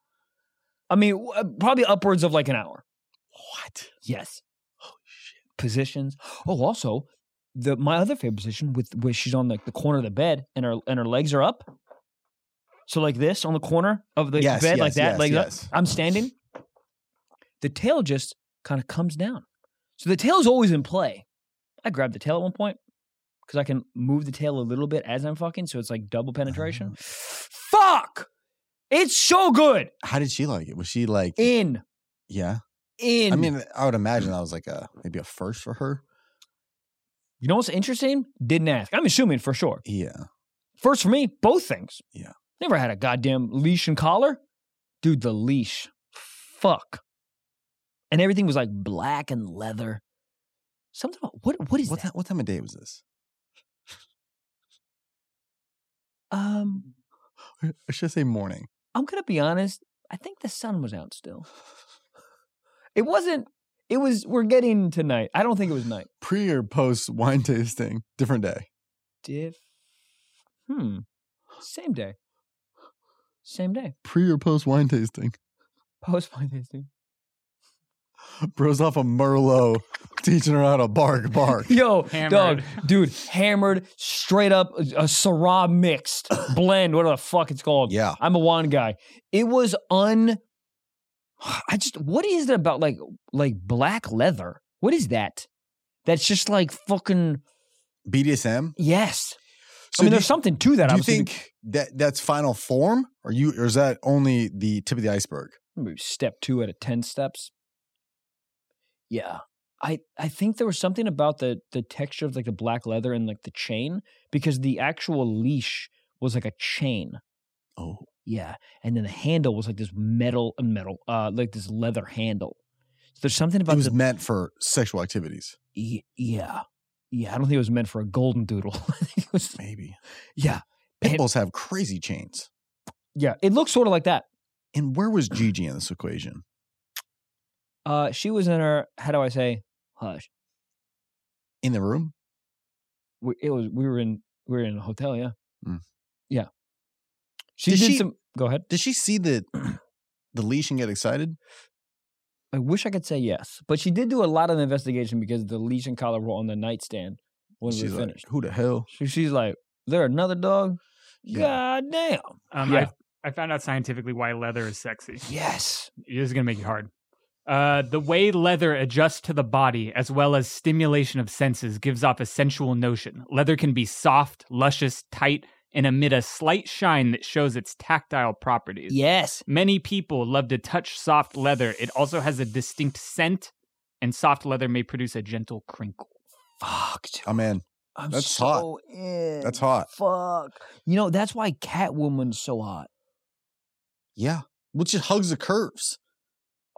I mean, w- uh, probably upwards of like an hour. What? Yes. Positions. Oh, also, the my other favorite position with where she's on like the corner of the bed and her and her legs are up. So like this on the corner of the yes, bed, yes, like uh, that, yes, legs up. yes. I'm standing. The tail just kind of comes down. So the tail's always in play. I grabbed the tail at one point because I can move the tail a little bit as I'm fucking. So it's like double Uh-huh. penetration. Fuck! It's so good. How did she like it? Was she like, In, yeah? in. I mean, I would imagine that was like a maybe a first for her. you know what's interesting? Didn't ask. I'm assuming for sure. Yeah. First for me, both things. Yeah. Never had a goddamn leash and collar. Dude, the leash. Fuck. And everything was like black and leather. Something about what what is What that? time, what time of day was this? Um, I should say morning. I'm gonna be honest. I think the sun was out still. It wasn't. It was. We're getting to night. I don't think it was night. Pre or post wine tasting, different day. Diff. Hmm. Same day. Same day. Pre or post wine tasting. Post my tasting. Bro's off a Merlot, teaching her how to bark, bark. Yo, dog, Hammered. dude, hammered, straight up a, a Syrah mixed blend. What the fuck it's called? Yeah. I'm a wine guy. It was un. I just what is it about like like black leather? What is that? That's just like fucking BDSM. yes. So I mean, do, there's something to that. do you obviously, think that that's final form, or you, or is that only the tip of the iceberg? maybe step two out of ten steps. Yeah. I, I think there was something about the the texture of like the black leather and like the chain because the actual leash was like a chain. Oh, Yeah. And then the handle was like this metal uh, metal, uh like this leather handle. So there's something it about was the meant for sexual activities, y- yeah. Yeah. I don't think it was meant for a golden doodle. I think it was maybe. yeah. Pit And- bulls have crazy chains. Yeah. It looks sort of like that. And where was Gigi in this equation? Uh she was in her how do I say hush. In the room? we, it was we were in we were in a hotel, yeah. Mm. Yeah. She Did did she- some go ahead. Did she see the the leash and get excited? I wish I could say yes. But she did do a lot of investigation because the leash and collar were on the nightstand when She's we were like, finished. who the hell? So she's like, There another dog? Yeah. God damn. Um, Yeah. I, I found out scientifically why leather is sexy. Yes. This is going to make it hard. Uh, the way leather adjusts to the body, as well as stimulation of senses, gives off a sensual notion. Leather can be soft, luscious, tight, and emit a slight shine that shows its tactile properties. Yes. Many people love to touch soft leather. It also has a distinct scent, and soft leather may produce a gentle crinkle. Fuck. dude. I'm in. I'm That's so hot. in. That's hot. Fuck. You know, that's why Catwoman's so hot. Yeah. Which just hugs the curves.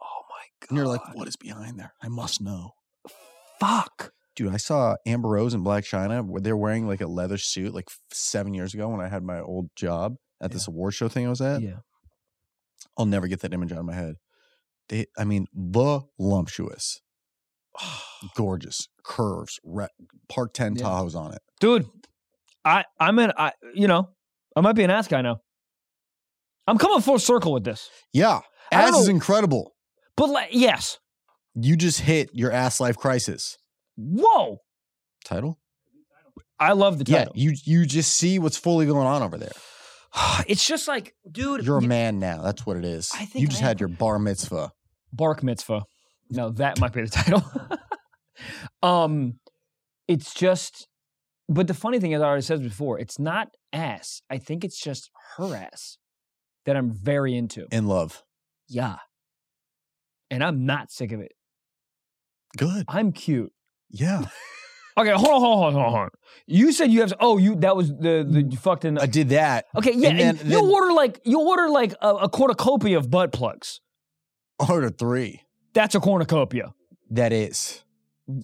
Oh my god. And you're like, what is behind there? I must know. fuck. Dude, I saw Amber Rose and Black China. where They're wearing like a leather suit like f- seven years ago when I had my old job at this award show thing I was at. Yeah. I'll never get that image out of my head. They, I mean, voluptuous, gorgeous curves, re- Park 10 Yeah. Tahoe's on it. Dude, I I'm in I you know, I might be an ass guy now. I'm coming full circle with this. Yeah. I don't Ass is know- incredible. But like, yes. You just hit your ass life crisis. Whoa. Title? I love the Yeah. title. You, you just see what's fully going on over there. It's just like, dude, You're a y- man now. That's what it is. I think You just I am. had your bar mitzvah. Bark Mitzvah. No, that might be the title. um, it's just, but the funny thing is, I already said before, it's not ass. I think it's just her ass that I'm very into. in love. Yeah, and I'm not sick of it. Good. I'm cute. Yeah. Okay, hold on, hold on, hold on, hold on. You said you have. Oh, you that was the the you fucked in. I did that Mm. Okay, yeah. and and then- you then- order like you order like a, a cornucopia of butt plugs. order three. That's a cornucopia. That is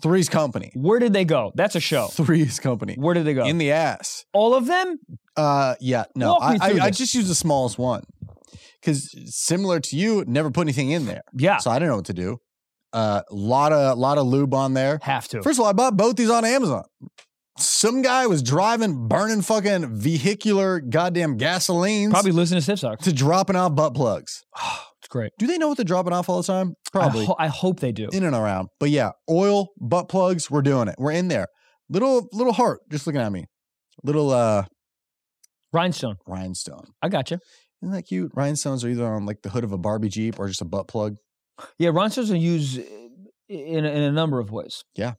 three's company. Where did they go? That's a show. Three's company Where did they go? in the ass. All of them? Uh, yeah, no, Walk I, me I, through I this. just use the smallest one because similar to you, never put anything in there, Yeah, so I don't know what to do. A uh, lot of lot of lube on there. have to. First of all, I bought both these on Amazon. Some guy was driving, burning fucking vehicular goddamn gasolines Probably listen to Stiff Socks. to dropping off butt plugs. It's great. Do they know what they're dropping off all the time? Probably I, ho- I hope they do. in and around. But yeah, oil, butt plugs, we're doing it. We're in there. Little little heart just looking at me. Little uh Rhinestone. rhinestone. I got you. Isn't that cute? Rhinestones are either on like the hood of a Barbie Jeep or just a butt plug. Yeah, rhinestones are used in, in a number of ways. Yeah.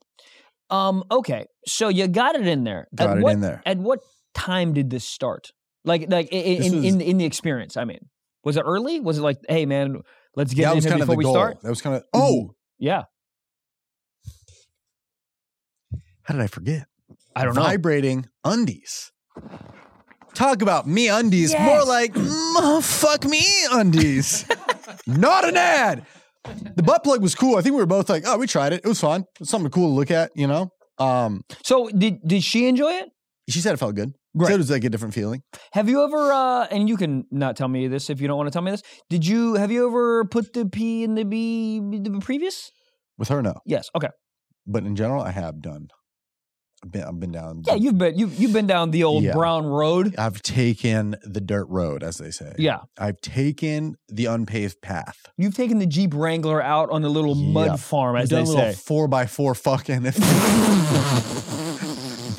Um. Okay. So you got it in there. Got at it what, in there. At what time did this start? Like, like i- i- This in, was- in in the experience. I mean, was it early? Was it like, hey man, let's get that in was here kind of before the we goal. start? That was kind of oh, Yeah. how did I forget? I don't know. Vibrating undies. Talk about me undies. Yes. More like mm, fuck me undies. Not an ad. The butt plug was cool. I think we were both like, oh, we tried it. It was fun. It's something cool to look at, you know? Um, So did did she enjoy it? she said it felt good. Great. Said it was like a different feeling. Have you ever uh and you can not tell me this if you don't want to tell me this. Did you have you ever put the P in the B the previous? With her, no. Yes. Okay. But in general, I have done. I've been, I've been down. Yeah, you've been you've you've been down the old Yeah. brown road. I've taken the dirt road, as they say. Yeah. I've taken the unpaved path. You've taken the Jeep Wrangler out on a little Yeah. mud farm, I've as done they a little say. four by four fucking. If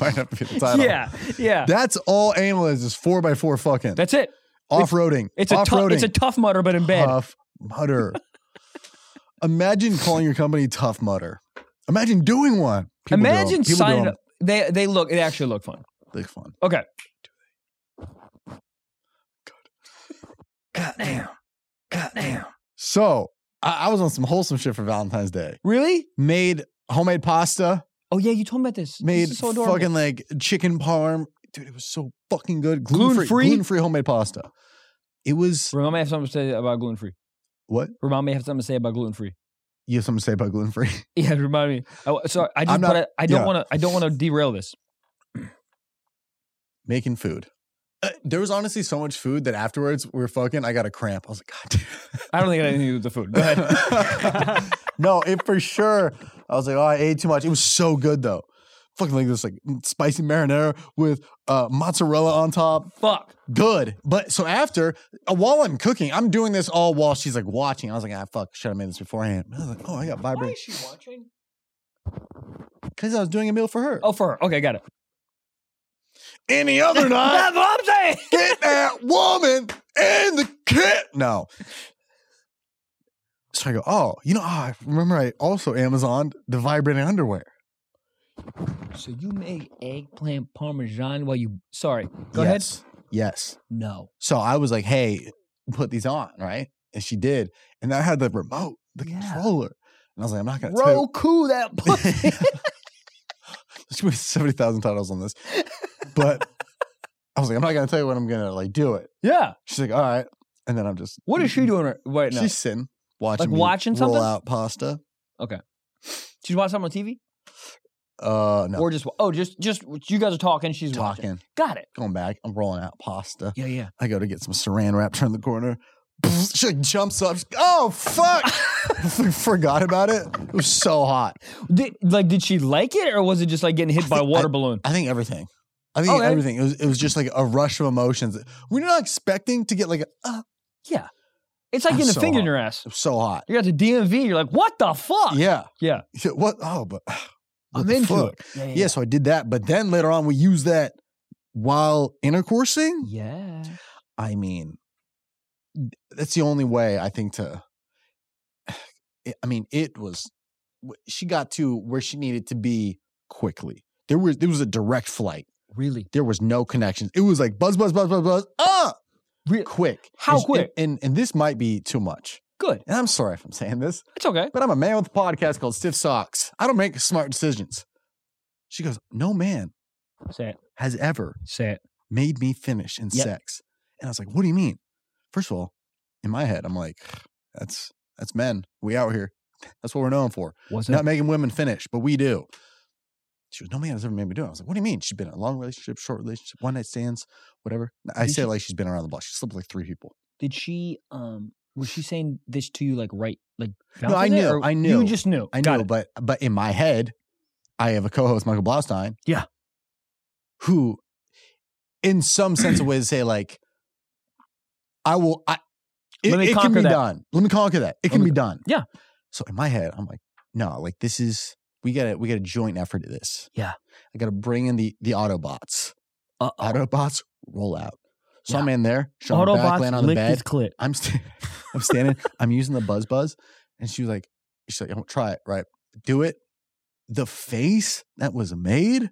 might not be the title. Yeah, yeah. That's all anal is is four by four fucking. That's it. off roading. It's a off tough, roading. it's a tough mutter, but in bed. tough mutter. Imagine calling your company Tough Mutter. Imagine doing one. People do 'em. Imagine People do signing 'em. up. They they look. They actually look fun. Big fun. Okay. So I, I was on some wholesome shit for Valentine's Day. Really? Made homemade pasta. Oh yeah, you told me about this. Made this is so adorable. fucking like chicken parm. Dude, it was so fucking good. Gluten-free? gluten free homemade pasta. It was. Remind me, I have something to say about gluten free. What? Remind me, I have something to say about gluten free. You have something to say about gluten free? Yeah, remind me. I, sorry, I just, I'm not- but I, I don't yeah. want to. I don't want to derail this. Making food. Uh, there was honestly so much food that afterwards we were fucking. I got a cramp. I was like, God damn. I don't think it had anything to do with the food. Go ahead. no, it for sure. I was like, oh, I ate too much. It was so good though. Fucking like this, like spicy marinara with uh, mozzarella on top. Fuck. Good. But so after, uh, while I'm cooking, I'm doing this all while she's like watching. I was like, ah, fuck, should have made this beforehand. I was like, oh, I got vibrate. she watching? Because I was doing a meal for her. Oh, for her. Okay, got it. Any other night, That's what I'm saying. get that woman and the kid. No. So I go, oh, you know, ah, I remember I also Amazoned the vibrating underwear. So you made eggplant parmesan while you. Sorry. Go ahead. yes. ahead. Yes. No. So I was like, hey, put these on, right? And she did. And I had the remote, the Yeah. controller. And I was like, I'm not going to tell Roku that pussy. There's gonna be seventy thousand titles on this, but I was like, I'm not gonna tell you when I'm gonna like do it. yeah. She's like, all right, and then I'm just What is she doing right- right now? She's sitting watching Like me watching roll something? out pasta. She's watching something on TV, Uh, no, or just oh, just just you guys are talking. She's talking, watching. Got it. going back. I'm rolling out pasta. Yeah, yeah. I go to get some Saran wrap. Turn the corner. She like, jumps up. She's, oh fuck! Forgot about it. It was so hot. Did, like, did she like it, or was it just like getting hit by a water balloon? I think everything. I think Okay. everything. It was, it was just like a rush of emotions. We're not expecting to get like a, uh, It's like I'm getting so a finger in hot. your ass. so hot. You're at the DMV. You're like, what the fuck? Yeah. Yeah. Yeah, What? Oh, but what I'm the into fuck? it. Yeah, yeah, Yeah. so I did that, but then later on we used that while intercoursing. yeah. I mean, that's the only way I think to. eh, I mean, it was. She got to where she needed to be quickly. There was there was a direct flight. Really? There was no connections. It was like buzz, buzz, buzz, buzz, buzz. Ah, Re- quick. How And she- quick? And, and and this might be too much. Good. And I'm sorry if I'm saying this, It's okay. but I'm a man with a podcast called Stiff Socks. I don't make smart decisions. She goes, No man Say it. has ever Say it. made me finish in Yep. sex. And I was like, What do you mean? First of all, in my head, I'm like, That's that's men. We out here. That's what we're known for. What's Not up? making women finish, but we do. She goes, No man has ever made me do it. I was like, What do you mean? She's been in a long relationship, short relationship, one night stands, whatever. I Did say it she- like she's been around the block. She slept with like three people. Did she? Um, was she saying this to you like right? Like No, I bouncing it, knew, or I You knew, just knew. I Got know, it. but but in my head, I have a co-host, Michael Blaustein. Yeah. Who, in some sense, a way to say like, I will. I, it, Let me it can conquer be that. done. Let me conquer that. It Let can me be done. Yeah. So in my head, I'm like, no, like this is we got to we got a joint effort to this. Yeah. I got to bring in the the Autobots. Uh-oh. Autobots roll out. So Yeah. I'm in there, showing my back, laying Autobots on the licked bed. his clit. I'm st- I'm standing. I'm using the buzz buzz, and she was like, she's like, don't try it, right? Do it. The face that was made.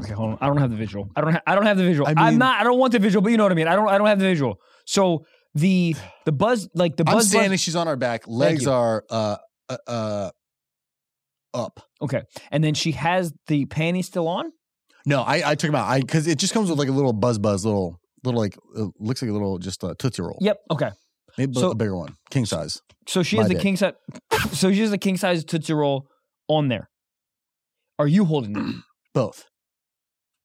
Okay, hold on. I don't have the visual. I don't. Ha- I don't have the visual. I I'm mean- not. I don't want the visual. But you know what I mean. I don't. I don't have the visual. So the the buzz like the I'm buzz. standing. buzz She's on our back. Legs you. are uh uh, uh up. okay, and then she has the panties still on. No, I I took him out. I because it just comes with like a little buzz buzz, little little like uh, looks like a little just a tootsie roll. Yep. Okay. maybe so- a bigger one, king size. So she My has the dick. king size. So she has the king size tootsie roll on there. Are you holding it? Both.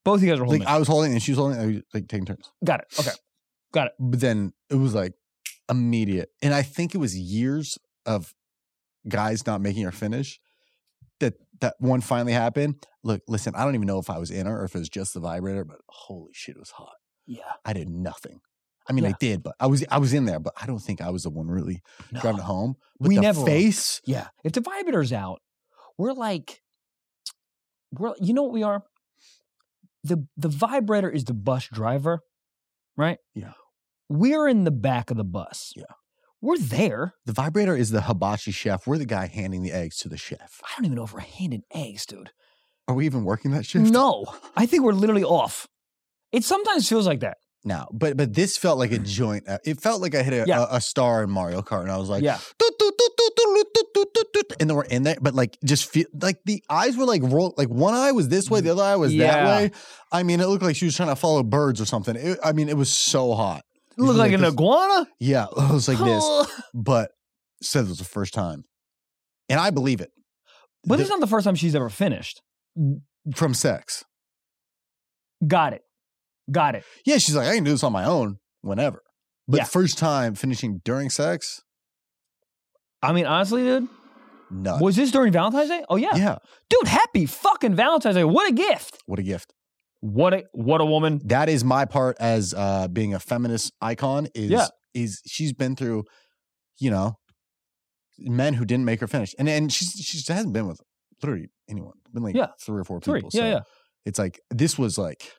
Both of you guys are holding Like I was holding it and she was holding it, I was, like taking turns. it. Got it. Okay. but then it was like immediate. And I think it was years of guys not making her finish that that one finally happened. Look, listen, I don't even know if I was in her or if it was just the vibrator, but holy shit, it was hot. Yeah. I did nothing. I mean, Yeah. I did, but I was I was in there, but I don't think I was the one really No. driving it home. But We the never are. face. Yeah. If the vibrator's out, we're like, we're you know what we are? The the vibrator is the bus driver, right? Yeah. We're in the back of the bus. Yeah. We're there. The vibrator is the hibachi chef. We're the guy handing the eggs to the chef. I don't even know if we're handing eggs, dude. Are we even working that shift? No. I think we're literally off. It sometimes feels like that. No. But but this felt like a joint. uh, It felt like I hit a, Yeah. a, a star in Mario Kart, and I was like, yeah. doot, doot, doot, doot, doot, doot, doot, doot, doot, and then we're in there, but like just feel like the eyes were like roll like one eye was this way, the other eye was that Yeah. way. I mean, it looked like she was trying to follow birds or something. It, I mean, it was so hot. Look Usually like, an this- iguana? Yeah, it was like this, but said it was the first time, and I believe it But The- it's not the first time she's ever finished. from sex. Got it. Got it. Yeah, she's like, I can do this on my own whenever, but Yeah. first time finishing during sex, I mean, honestly, dude, nuts. was this during Valentine's Day? Oh yeah. yeah, Dude, happy fucking Valentine's Day. What a gift. what a gift. What a what a woman. that is my part as uh being a feminist icon is Yeah. is she's been through you know men who didn't make her finish and and she's she hasn't been with literally anyone been like Yeah. three or four Three. people yeah, yeah. it's like this was like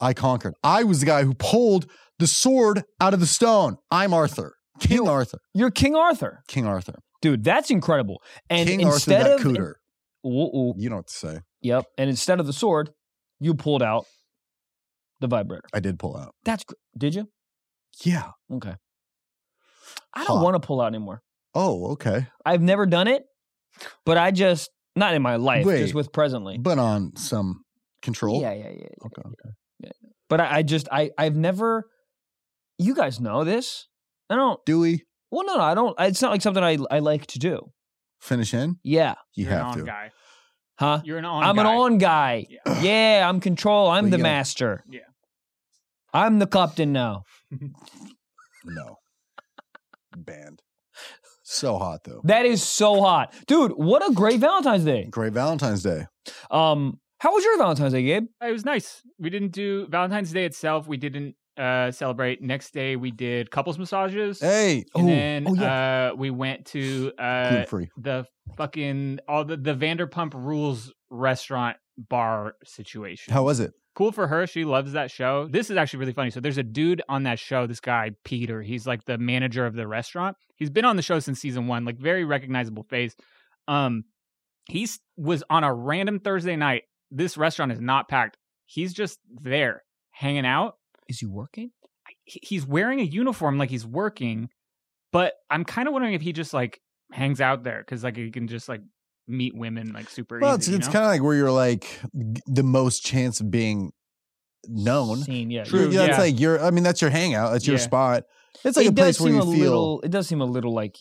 i conquered i was the guy who pulled the sword out of the stone i'm arthur king arthur You're King Arthur. king arthur Dude, that's incredible. And king arthur instead that of cooter Ooh, ooh, you know what to say yep, and instead of the sword, you pulled out the vibrator. i did pull out That's gr- did you? yeah Okay. I don't Huh. want to pull out anymore. oh okay I've never done it, but I just not in my life, just Wait. with presently. but on some control Yeah, yeah, yeah. yeah. okay But I, I just I I've never. You guys know this. I don't. dewey Well, no, no, I don't. It's not like something I I like to do. finish in Yeah, You You're an have on to. guy. huh? You're an on. I'm guy. an on guy. Yeah. Yeah. I'm control. I'm Well, the you gotta- master. Yeah. I'm the captain now. No. Banned. So hot though. That is so hot, dude. What a great Valentine's Day. Great Valentine's Day. Um, how was your Valentine's Day, Gabe? It was nice. We didn't do Valentine's Day itself. We didn't uh, celebrate. Next day, we did couples massages. Hey, And Ooh. then Oh, uh, we went to gluten uh, free. the fucking all the, the Vanderpump Rules restaurant bar situation. How was it? cool for her. She loves that show. This is actually really funny. So there's a dude on that show, this guy, Peter. He's like the manager of the restaurant. He's been on the show since season one, like very recognizable face. Um, he was on a random Thursday night. This restaurant is not packed. He's just there hanging out. Is he working? He- He's wearing a uniform like he's working, but I'm kind of wondering if he just like hangs out there because like he can just like meet women like super Well, it's, easy. you it's know? kind of like where you're like g- the most chance of being known. Scene, yeah. True, You're- That's yeah. like your. I mean, that's your hangout. That's your Yeah. spot. It's like a place where you a feel. little. It does seem a little like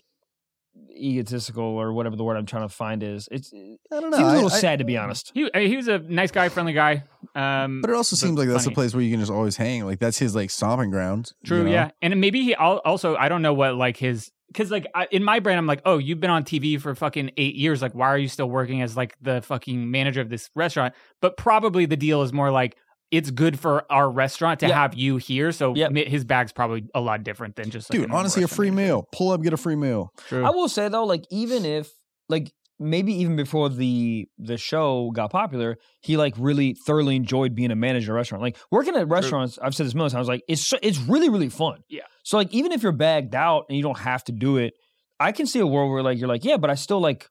egotistical or whatever the word I'm trying to find is. It's it I don't know. seems a I- little I- sad to be honest. he, uh, he was a nice guy, friendly guy. Um, But uh, it also but seems like that's funny. a place where you can just always hang. Like that's his like stomping ground. you True, know? yeah, and maybe he al- also I don't know what like his because like I, in my brain I'm like, oh, you've been on TV for fucking eight years. Like, why are you still working as like the fucking manager of this restaurant? But probably the deal is more like it's good for our restaurant to Yep. have you here. So Yep. mi- his bag's probably a lot different than just like, Dude, normal honestly, a restaurant free manager. meal. Pull up, get a free meal. True. I will say though, like even if like maybe even before the the show got popular, he like really thoroughly enjoyed being a manager at a restaurant. Like working at restaurants, I've said this a million times. Like it's so, it's really really fun. Yeah. So like even if you're bagged out and you don't have to do it, I can see a world where like you're like yeah, but I still like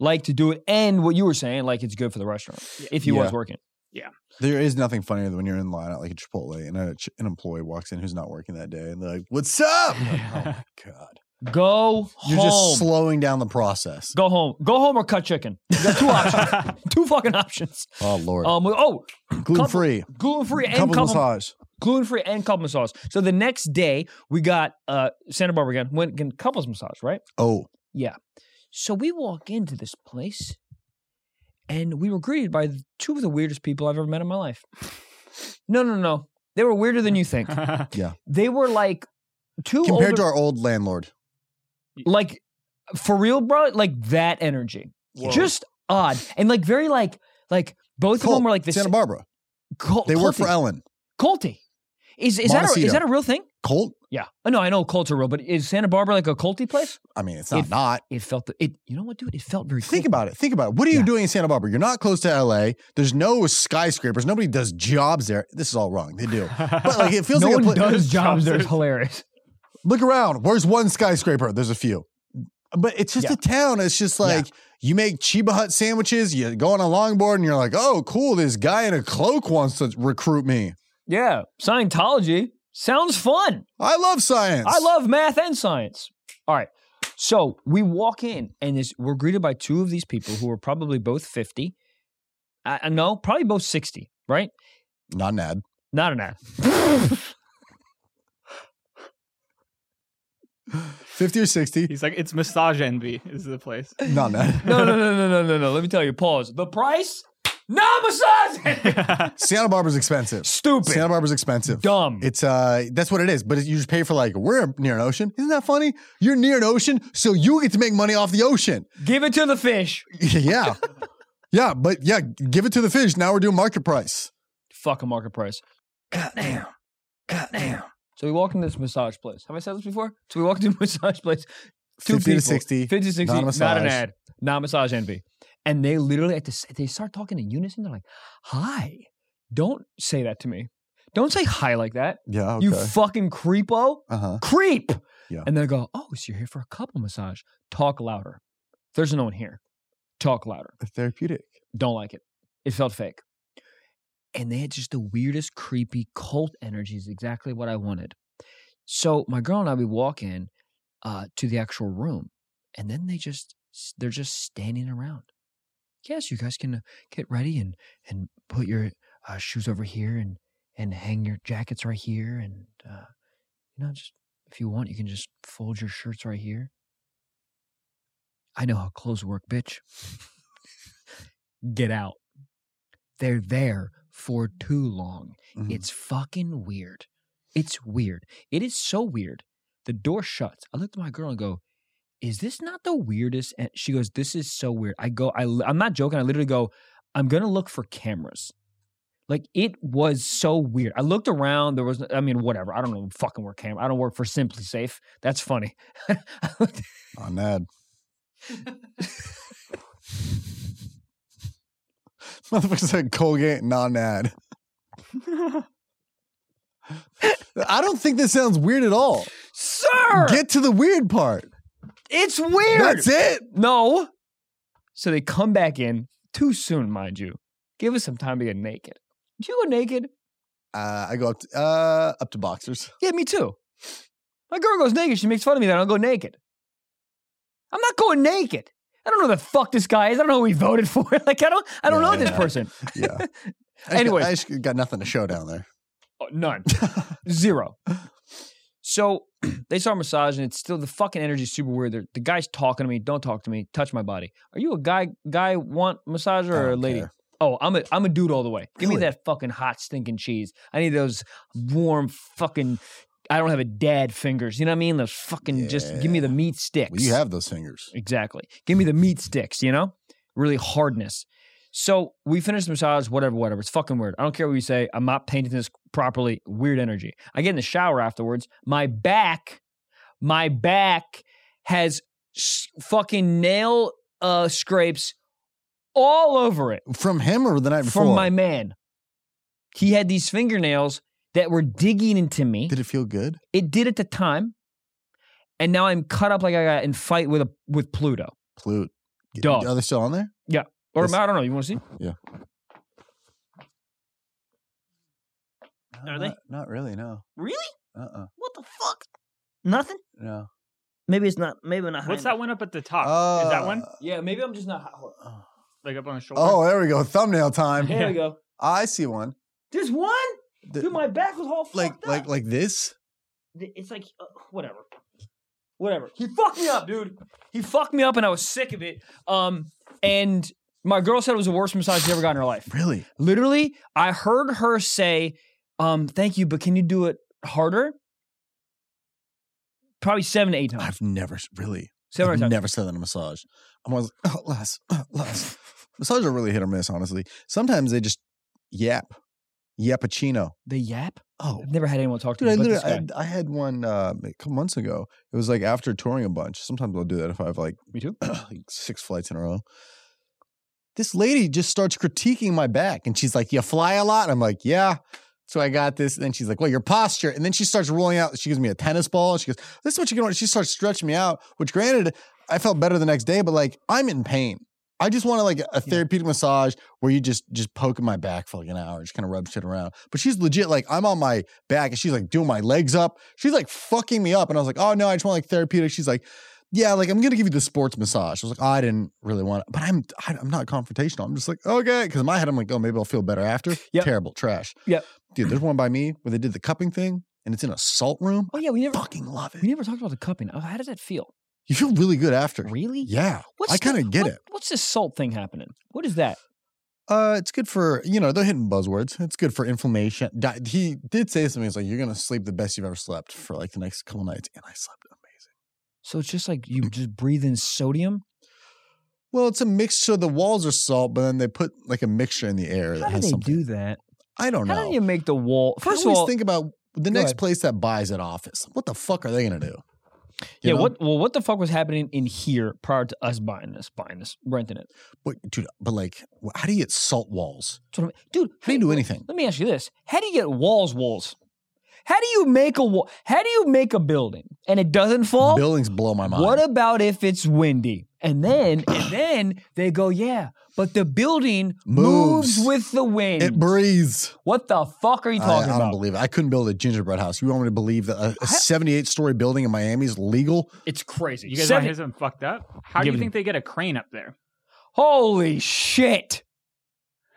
like to do it. And what you were saying, like it's good for the restaurant if he was Yeah. working. There is nothing funnier than when you're in line at like a Chipotle and a, ch- an employee walks in who's not working that day and they're like, "What's up?" I'm like, oh my god, Go you're home. just slowing down the process. Go home. Go home or cut chicken. You got two options. Two fucking options. Oh lord, Um. Oh, gluten free, gluten free and couple couple massage. gluten free and couples massage. So the next day we got uh Santa Barbara again went again couples massage, right? Oh, So we walk into this place and we were greeted by two of the weirdest people I've ever met in my life. No, no, no. They were weirder than you think. They were like two compared to older- our old landlord, like for real, bro, like that energy. Just odd. And like very like like both of Colt, them were like this Santa Barbara. Col- They work for Colty. Ellen. Colty. Is is that, a, Montecito. is that a real thing? Colt. Yeah. Oh, I know, I know cults are real, but is Santa Barbara like a culty place? I mean, it's not If- not. It felt the, it. You know what, dude? It felt very. Think cool. about it. Think about it. What are you Yeah. doing in Santa Barbara? You're not close to LA. There's no skyscrapers. Nobody does jobs there. This is all wrong. They do. But like it feels No like one a pla- does jobs. there. It's Jobs. hilarious. look around. Where's one skyscraper? There's a few. But it's just Yeah. a town. It's just Yeah. like you make Chiba Hut sandwiches, you go on a longboard, and you're like, oh, cool, this guy in a cloak wants to recruit me. Yeah, Scientology sounds fun. I love science. I love math and science. All right, so we walk in and this, we're greeted by two of these people who are probably both fifty. I I know, probably both sixty. Right? Not an ad. Not an ad. 50 or 60. He's like, it's massage envy is the place. Not an ad. No, no, no, no, no, no, no. Let me tell you. Pause. The price? No massage. Santa Barbara's expensive. Stupid. Santa Barbara's expensive. Dumb. It's uh, that's what it is. But you just pay for like we're near an ocean. Isn't that funny? You're near an ocean, so you get to make money off the ocean. Give it to the fish. yeah, yeah. But yeah, give it to the fish. Now we're doing market price. fucking market price. Goddamn. Goddamn. So we walk into this massage place. Have I said this before? So we walk into a massage place. Two 50 people, to 60. 50 to 60, not a not, an massage. ad, not massage envy. And they literally, at the, they start talking in unison. They're like, hi, don't say that to me. Don't say hi like that. Yeah. You fucking creepo. uh huh. Creep. Yeah. And they go, oh, so you're here for a couple massage. Talk louder. There's no one here. Talk louder Therapeutic. don't like it. It felt fake. And they had just the weirdest, creepy cult energy is exactly what I wanted. So my girl and I, we walk in uh, to the actual room, and then they just they're just standing around. Yes, you guys can uh, get ready and and put your uh, shoes over here and and hang your jackets right here, and uh, you know, just if you want, you can just fold your shirts right here. I know how clothes work, bitch get out. They're there for too long. Mhm. It's fucking weird. It's weird. It is so weird. The door shuts. I looked at my girl and go, "Is this not the weirdest?" And she goes, "This is so weird." I go, I, li- "I'm not joking." I literally go, "I'm gonna look for cameras." Like it was so weird. I looked around. There was, I mean, whatever. I don't know. Fucking work camera. I don't work for Simply Safe. That's funny. I looked Not an ad. Motherfucker said Colgate, not an ad. I don't think this sounds weird at all. Sir, Get to the weird part. it's weird. That's it. No. So they come back in too soon, mind you. Give us some time to get naked. Did you go naked? Uh, I go up to, uh, up to boxers. Yeah, me too. My girl goes naked. She makes fun of me that I don't go naked. I'm not going naked. I don't know who the fuck this guy is. I don't know who he voted for. like I don't I don't Yeah, know this yeah. person. Yeah. I just- Anyways. I just got nothing to show down there. Oh, None. Zero. So they start massaging. It's still the fucking energy is super weird. They're, the guy's talking to me. Don't talk to me. Touch my body. Are you a guy? Guy want massager I or a don't lady? care. Oh, I'm a I'm a dude all the way. Give me Really? that fucking hot stinking cheese. I need those warm fucking. I don't have a dad fingers. You know what I mean? Those fucking just give me the meat sticks. Well, you have those fingers. Exactly. Give me the meat sticks, you know? Really hardness. So we finish the massage, whatever, whatever. It's fucking weird. I don't care what you say. I'm not painting this properly. Weird energy. I get in the shower afterwards. My back, my back has s- fucking nail uh, scrapes all over it From him or the night before? from my man. He had these fingernails that were digging into me. Did it feel good? It did at the time. And now I'm cut up like I got in fight with a with Pluto. Plute. Get- Dog. Are they still on there? Or This- I don't know. You want to see? Are they? Not, not really, no. Really? Uh uh What the fuck? Nothing. No. Maybe it's not. Maybe not. What's that one up at the top? Ah, Is that one Uh, Yeah, maybe I'm just not. Hot. like up on the shoulder? Oh, there we go. Thumbnail time. Yeah. Here we go. I see one. Just one. The- Dude, my back was all fucked like like up. like this? It's like uh, whatever, whatever. He fucked me up, dude. He fucked me up, and I was sick of it. Um, and my girl said it was the worst massage she ever got in her life. Really? Literally, I heard her say, um, "Thank you, but can you do it harder?" Probably seven to eight times. I've never s- really Seven or eight I've times. never said that in a massage. I'm always oh, less, oh, less. Massages are really hit or miss, honestly. Sometimes they just yap. Yappuccino. The yap. Oh. I've never had anyone talk to Dude, I me. But this literally, guy. I, I had one uh, a couple months ago. It was like after touring a bunch. Sometimes I'll do that if I have like me too. like six flights in a row. This lady just starts critiquing my back and she's like, You fly a lot? I'm like, Yeah. So I got this. And then she's like, Well, your posture. And then she starts rolling out. She gives me a tennis ball. She goes, This is what you're going to She starts stretching me out, which granted, I felt better the next day, but like I'm in pain. I just want to like a therapeutic massage where you just just poke in my back for like an hour, just kind of rub shit around. But she's legit like I'm on my back and she's like doing my legs up. She's like fucking me up, and I was like, oh no, I just want like therapeutic. She's like, yeah, like I'm gonna give you the sports massage. I was like, oh, I didn't really want, it. but I'm I, I'm not confrontational. I'm just like okay, because in my head I'm like, oh, maybe I'll feel better after. Yep. Terrible trash. Yep. Dude, there's one by me where they did the cupping thing, and it's in a salt room. Oh yeah, we never fucking love we it. never talked about the cupping. Oh, how does that feel? You feel really good after. Really? Yeah, What's I the- kinda get what- it. What's this salt thing happening? What is that? Uh, it's good for you know they're hitting buzzwords. It's good for inflammation. Di- he did say something. He's like, "You're gonna sleep the best you've ever slept for like the next couple nights," and I slept amazing. So it's just like Mm. you just breathe in sodium. Well, it's a mixture. The walls are salt, but then they put like a mixture in the air that How do has they something. do that? I don't How know. do you make the wall? I First of always all, think about the Go next ahead. place that buys an office. What the fuck are they gonna do? You yeah. know? What? Well, what the fuck was happening in here prior to us buying this, buying this, renting it? What, dude? But like, wh- how do you get salt walls? That's what I'm- dude, How do you do anything? Let me ask you this: How do you get walls? Walls? How do you make a wall? How do you make a building and it doesn't fall? Buildings blow my mind. What about if it's windy? And then and then they go, yeah, but the building moves, Moves. with the wind. it breathes. what the fuck are you I, I talking don't about? believe it. I couldn't build a gingerbread house. You want me to believe that a, a 78 story building in Miami is legal? It's crazy. You guys want to Seven- hear something fucked up? How do Give you it think they get a crane up there? Holy shit!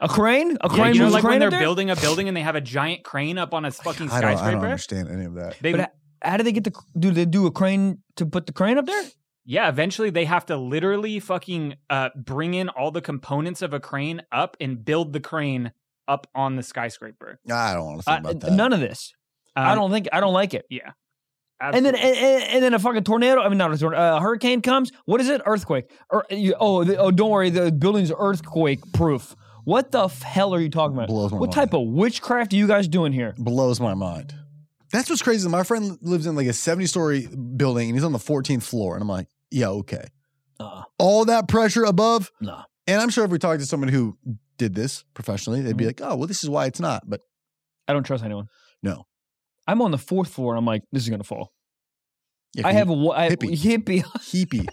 A crane? A Yeah, crane? you know, moves a like crane when up they're there? building a building and they have a giant crane up on a fucking I don't, I don't skyscraper. understand any of that. They, But How do they get the? Do they do a crane to put the crane up there? yeah, eventually they have to literally fucking uh, bring in all the components of a crane up and build the crane up on the skyscraper. I don't want to Uh, think about that. none of this. I Um, don't think. I don't like it. Yeah. And then, absolutely. and, and, and then a fucking tornado. I mean, not a tornado. A hurricane comes. What is it? Earthquake. Or you, oh, the, oh, don't worry. The building's earthquake proof. What the f- hell are you talking about? Blows my What mind. type of witchcraft are you guys doing here? Blows my mind. That's what's crazy. My friend lives in like a 70 story building and he's on the 14th floor. And I'm like, yeah, okay. Uh, All that pressure above. Nah. And I'm sure if we talked to someone who did this professionally, they'd be like, Mm-hmm. oh, well, this is why it's not. But I don't trust anyone. No. I'm on the fourth floor, and I'm like, this is gonna fall. yeah, I he- have a wa- I- Hippie. hippie, heapy.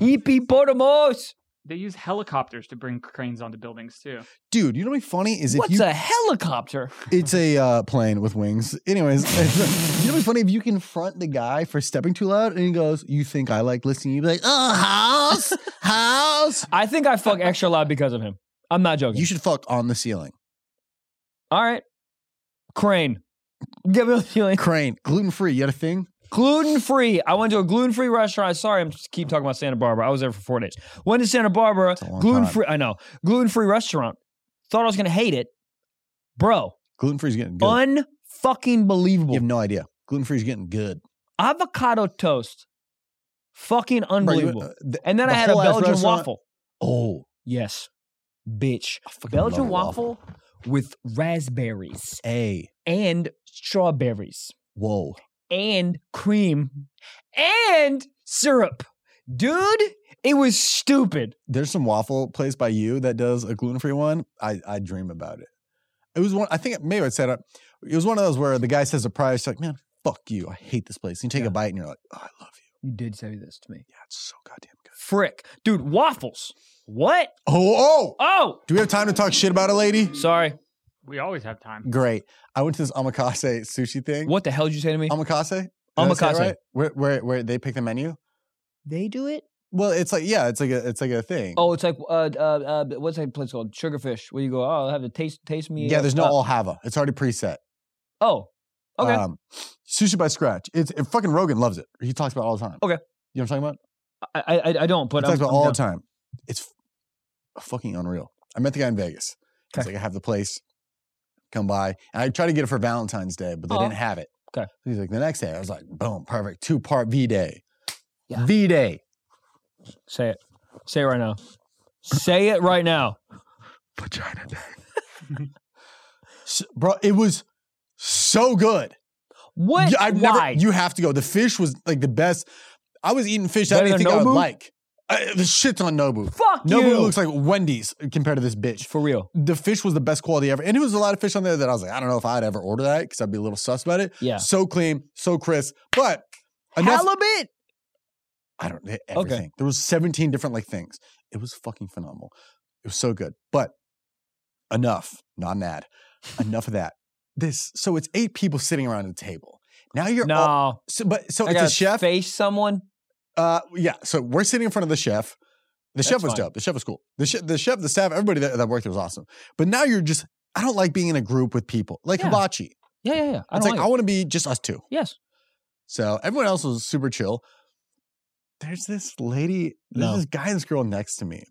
hippie, hippie they use helicopters to bring cranes onto buildings too. Dude, you know what'd be funny is if What's you a helicopter? It's a uh, plane with wings. Anyways, it's- you know what's funny? If you confront the guy for stepping too loud and he goes, You think I like listening? You'd be like, Uh huh. house, house. I think I fuck extra loud because of him. I'm not joking. You should fuck on the ceiling. All right. Crane. Give me a feeling. Crane, gluten free. You got a thing? Gluten free. I went to a gluten free restaurant. Sorry, I'm just keep talking about Santa Barbara. I was there for four days. Went to Santa Barbara. a long Gluten free. I know. Gluten free restaurant. Thought I was gonna hate it, bro. Gluten free is getting good. Un fucking you believable. have no idea. Gluten free is getting good. Avocado toast. Fucking Bro, you- unbelievable. uh, th- and then the I had a whole ass Belgian restaurant- waffle. oh, Yes, bitch. I fucking love Belgian a waffle with raspberries Hey, and strawberries. whoa. and cream and syrup. Dude, it was stupid. There's some waffle place by you that does a gluten free one. I I dream about it. It was one. I think it- maybe I said it. It was one of those where the guy says the price, you're like, man, fuck you. I hate this place. And you take Yeah. a bite and you're like, oh, I love you. You did say this to me. Yeah, it's so goddamn good. Frick. Dude, waffles. What? Oh, oh. Oh, Do we have time to talk shit about a lady? sorry. We always have time. Great. I went to this omakase sushi thing. What the hell did you say to me? Omakase? Did I say it Omakase. right? Where, where where they pick the menu? They do it? Well, it's like yeah, it's like a it's like a thing. Oh, it's like, uh, uh, uh, what's that place called? Sugarfish, where you go, oh, I'll have to taste, taste me. yeah, there's no up. all hava. It's already preset. Oh, uh, okay. Um, sushi by scratch. It's it, fucking Rogan loves it. He talks about it all the time. Okay. You know what I'm talking about? I, I, I don't, but he talks I'm, about I'm all down. the time. It's f- fucking unreal. I met the guy in Vegas. He's Okay. like, I have the place. Come by. And I tried to get it for Valentine's Day, but they Oh. didn't have it. Okay. He's like, the next day. I was like, boom, perfect. Two part V Day. Yeah. V Day. Say it. Say it right now. say it right now. Vagina Day. S- bro, it was so good. What? Yeah, I've never. Why? You have to go. The fish was like the best. I was eating fish that I Better didn't than think I would Nobu? like. Uh, the shit's on Nobu. Fuck Nobu you. looks like Wendy's compared to this bitch. For real. The fish was the best quality ever, and it was a lot of fish on there that I was like, I don't know if I'd ever order that because I'd be a little sus about it. Yeah. So clean, so crisp, but enough. Halibut. I don't eh, everything. There was 17 different like things. It was fucking phenomenal. It was so good. But enough, not an ad. Enough of that. This so it's eight people sitting around a table. Now you're No. all, so, but so I it's gotta a chef. Oh, Face someone. Uh, yeah. So we're sitting in front of the chef. The chef That's was fine. dope. The chef was cool. The, chef, the chef, the staff, everybody that, that worked there was awesome. But now you're just, I don't like being in a group with people like Yeah. hibachi. Yeah, yeah, yeah. I It's like, oh, don't like, I it. want to be just us two. Yes. So everyone else was super chill. There's this lady, there's No. this guy and this girl next to me.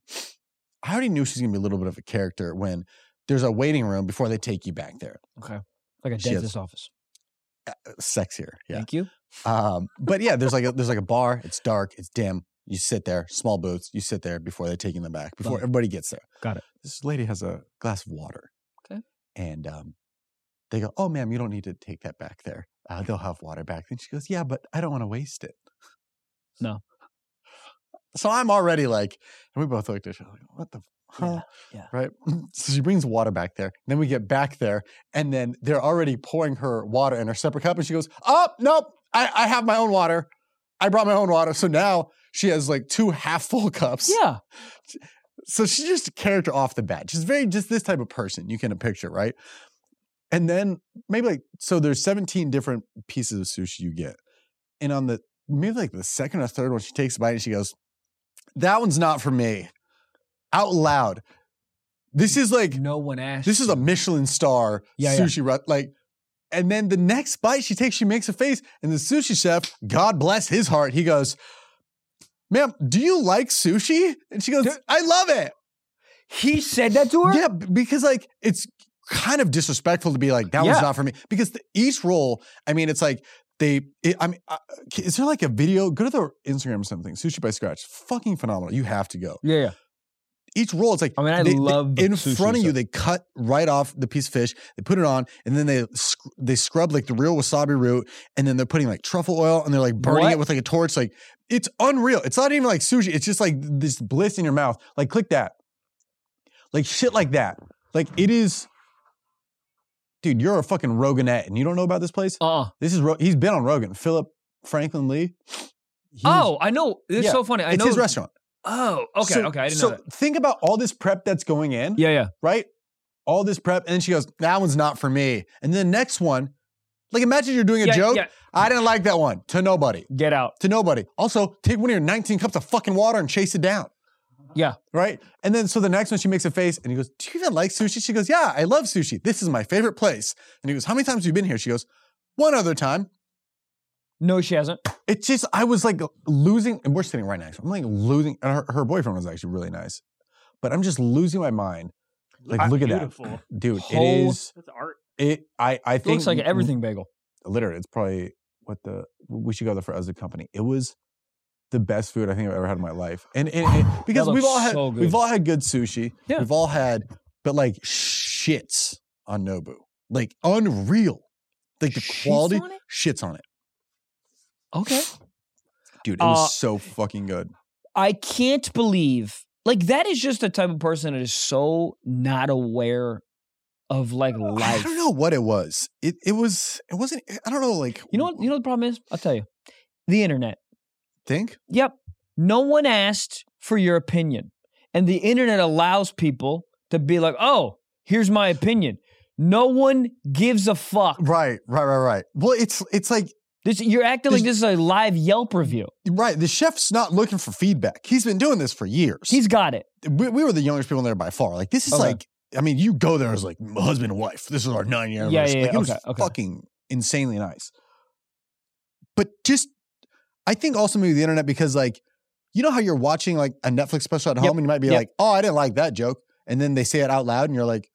I already knew she's going to be a little bit of a character when there's a waiting room before they take you back there. Like a She dentist has- office. Sexier. Yeah. Thank you. Um, but yeah, there's like a there's like a bar. It's dark. It's dim. You sit there, small booths. You sit there before they're taking them back. Before Got it. everybody gets there. Got it. This lady has a glass of water. Okay. And um, they go, "Oh, ma'am, you don't need to take that back there. Uh, they'll have water back." And she goes, "Yeah, but I don't want to waste it." No. So I'm already like, and we both looked at each other like, "What the." Huh? Yeah, yeah. Right. So she brings water back there. Then we get back there, and then they're already pouring her water in her separate cup, and she goes, "Oh, nope, I, I have my own water. I brought my own water. So now she has like two half full cups. Yeah. So she's just a character off the bat. She's very just this type of person you can uh, picture, right? And then maybe like so there's 17 different pieces of sushi you get. And on the maybe like the second or third one, she takes a bite and she goes, That one's not for me. Out loud. This is like No one asked. this is a Michelin star Yeah, yeah. sushi rut. Like, and then the next bite she takes, she makes a face, and the sushi chef, God bless his heart, he goes, "Ma'am, do you like sushi?" And she goes, Dude. "I love it." He said that to her. Yeah, b- because like it's kind of disrespectful to be like that Yeah. one's not for me because the, each role. I mean, it's like. They, it, I mean, uh, is there like a video? Go to their Instagram or something. Sushi by Scratch, fucking phenomenal. You have to go. Yeah. yeah. Each roll, it's like I mean, I they- they- love in sushi front of you. stuff. They cut right off the piece of fish. They put it on, and then they sc- they scrub like the real wasabi root, and then they're putting like truffle oil, and they're like burning What? it with like a torch. Like it's unreal. It's not even like sushi. It's just like this bliss in your mouth. Like click that. Like shit, like that. Like it is. Dude, you're a fucking Roganette, and you don't know about this place. Uh-uh. This is Ro- he's been on Rogan. Philip Franklin Lee. He's- Oh, I know. It's Yeah. so funny. I it's know. his restaurant. Oh, okay, So- okay. I didn't so know that. think about all this prep that's going in Yeah, yeah. right? All this prep. And then she goes, that one's not for me. And then the next one, Like, imagine you're doing a Yeah, joke. yeah. I didn't like that one. To nobody. Get out. To nobody. Also, take one of your 19 cups of fucking water and chase it down. Yeah. Right? And then, so the next one, she makes a face and he goes, Do you even like sushi? She goes, Yeah, I love sushi. This is my favorite place. And he goes, How many times have you been here? She goes, One other time. No, she hasn't. It's just, I was like losing, and we're sitting right next to him. I'm like losing, and her, her boyfriend was actually really nice, but I'm just losing my mind. Like, look at that. Beautiful. Dude, it Whole- is, That's art. it, I, I It think. looks like an everything bagel. literally, it's probably what the we should go there for as a company. It was the best food I think I've ever had in my life, and, and, and- because That we've looks all had so good. we've all had good sushi, Yeah. we've all had, but like shits on Nobu, like unreal, like the Shits quality on it? shits on it, Okay. dude. It was Uh, so fucking good. I can't believe like that is just the type of person that is so not aware of like I life. don't know what it was. It it was it wasn't. I don't know. Like You know what? You know what the problem is? I'll tell you. The internet. think Yep. No one asked for your opinion. And the internet allows people to be like, oh, here's my opinion. No one gives a fuck. right, right, right, right. Well, it's it's like This, you're acting like There's- this is a live Yelp review. right. The chef's not looking for feedback. He's been doing this for years. He's got it. we, we were the youngest people in there by far. Like this is Okay. like I mean, you go there as like husband and wife. This is our nine year Yeah, anniversary. yeah, like, yeah. It was Okay, okay. fucking insanely nice. But just I think also maybe the internet because like you know how you're watching like a Netflix special at home Yep, and you might be yep. like, oh, I didn't like that joke, and then they say it out loud and you're like,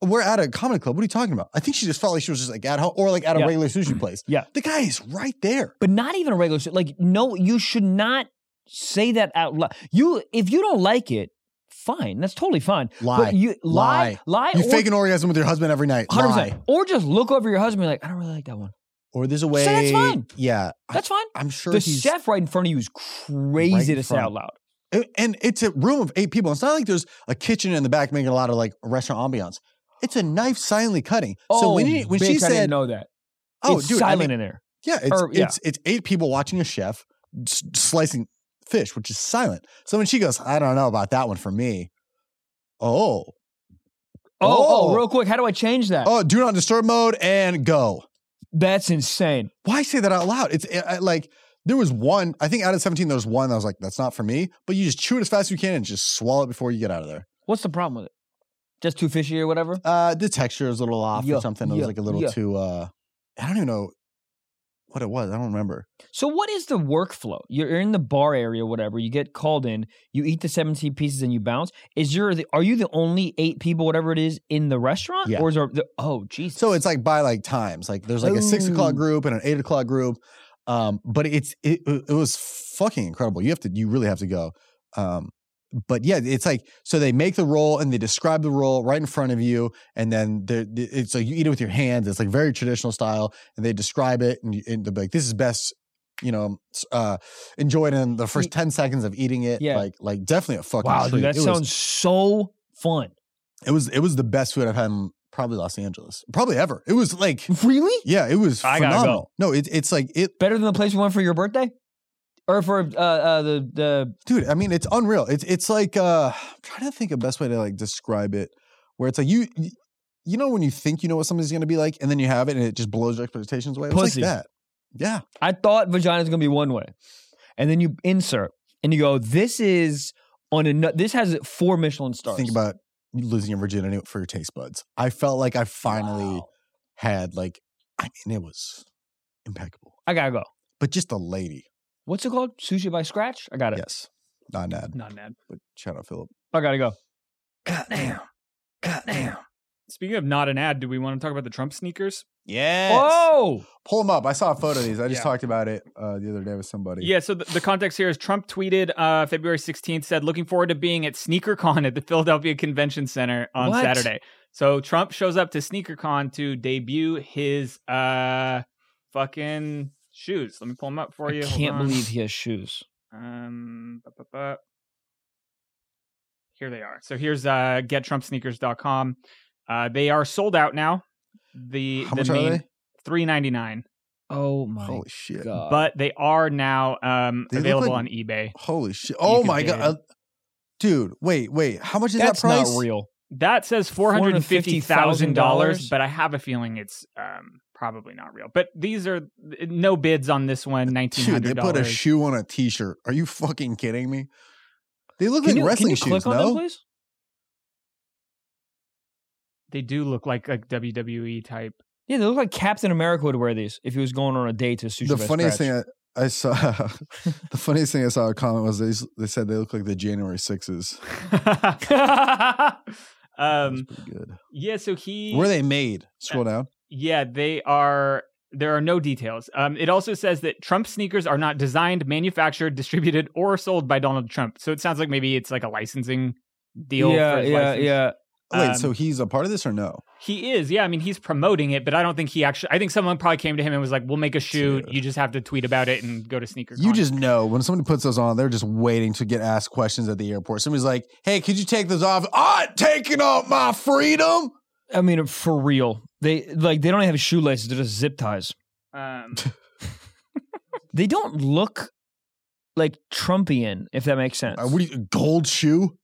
we're at a comedy club. What are you talking about? I think she just felt like she was just like at home or like at a Yeah. regular sushi place. Yeah. the guy is right there. but not even a regular shit. Like, no, you should not say that out loud. You, if you don't like it, fine. That's totally fine. Lie. But you lie, lie, You or, fake an orgasm with your husband every night. 100%. Lie. Or just look over your husband and be like, I don't really like that one. Or there's a way. So that's fine. Yeah, I- That's fine. I'm sure The he's chef right in front of you is crazy Right in to say front. out loud. A- and it's a room of eight people. It's not like there's a kitchen in the back making a lot of like restaurant ambiance. It's a knife silently cutting. Oh, so when, he, when bitch, she I didn't said, know that. "Oh, it's dude, I silent mean, in there. yeah, it's, or- yeah. it's it's eight people watching a chef s- slicing fish, which is silent." So when she goes, "I don't know about that one for me," oh, Oh, oh, oh. real quick, how do I change that? oh, do not disturb mode and go. That's insane. Why say that out loud? It's uh, uh, like there was one. I think out of seventeen, there was one that was like, "That's not for me." But you just chew it as fast as you can and just swallow it before you get out of there. What's the problem with it? Just too fishy or whatever? Uh, the texture was a little off Yeah, or something. It yeah, was like a little yeah. too. uh I don't even know what it was. I don't remember. So what is the workflow? You're in the bar area, whatever. You get called in. You eat the 17 pieces and you bounce. Is your the, are you the only eight people, whatever it is, in the restaurant, Yeah. or is there? The, oh, Jesus. So it's like by like times. Like there's like a six o'clock Ooh. group and an eight o'clock group. Um, but it's it, it was fucking incredible. You have to you really have to go. Um, but yeah, it's like so they make the roll and they describe the roll right in front of you, and then they're- it's like you eat it with your hands. It's like very traditional style, and they describe it and, you- and they're like, "This is best." You know, s- uh, enjoy it in the first ten seconds of eating it. Yeah. Like, like definitely a fucking wow, treat. dude, It that was- sounds so fun. it was it was the best food I've had in probably Los Angeles, probably ever. It was like Really? yeah, it was I gotta go. phenomenal. No, it, it's like it, Better than the place we went for your birthday, or for uh, uh, the the dude. I mean, it's unreal. It's it's like uh, I'm trying to think of best way to like describe it, where it's like you, you- you know, when you think you know what something's gonna be like, and then you have it, and it just blows your expectations away. It was Pussy. like that. Yeah, I thought vagina's gonna be one way, and then you insert and you go, this is on a this has four Michelin stars. think about losing your virginity for your taste buds. I felt like I finally Wow. had like, I mean, it was impeccable. I gotta go. But just a lady, What's it called? Sushi by Scratch. I got it. yes, not an ad, Not mad. but shout out Philip. I gotta go. Goddamn. Goddamn. Speaking of not an ad, do we want to talk about the Trump sneakers? Yes. Oh. Pull them up. I saw a photo of these. I just Yeah. talked about it uh, the other day with somebody. Yeah, so the, the context here is Trump tweeted uh, February 16th, said, looking forward to being at SneakerCon at the Philadelphia Convention Center on What? Saturday. So Trump shows up to SneakerCon to debut his uh, fucking shoes. Let me pull them up for I you. Hold can't on. believe he has shoes. Um, bup, bup, bup. Here they are. So here's uh, gettrumpsneakers.com. Uh, they are sold out now. The, How the much are they? Three ninety nine, Oh my Holy shit. god! but they are now um, They look available like- on eBay. Holy shit. Oh could my bid. god. Uh, Dude, wait, wait. How much is that's that price? not real. That says four hundred fifty thousand dollars, but I have a feeling it's um, probably not real. But these are no bids on this one. Nineteen Dude, they hundred put a dollars. shoe on a T-shirt. Are you fucking kidding me? They look Can like you, can wrestling you shoes. click on no, them, please? they do look like like WWE type. Yeah, they look like Captain America would wear these if he was going on a date to sushi. the funniest thing I, I saw, the funniest thing I saw a comment was they, s- they said they look like the January sixes. um, pretty good. yeah, so he Were they made? Scroll down. Yeah, they are. There are no details. Um, it also says that Trump sneakers are not designed, manufactured, distributed, or sold by Donald Trump. So it sounds like maybe it's like a licensing deal. Yeah, for his yeah, license. yeah. Wait, Um, so he's a part of this or no? He is. Yeah, I mean, he's promoting it, but I don't think he actually. I think someone probably came to him and was like, "We'll make a shoe. Dude. You just have to tweet about it and go to sneaker." You Con." just know when somebody puts those on, they're just waiting to get asked questions at the airport. Somebody's like, "Hey, could you take those off?" I ain't taking off my freedom. I mean, for real, they like they don't even have shoelaces; they're just zip ties. Um, They don't look like Trumpian, if that makes sense. Uh, what do you, gold shoe?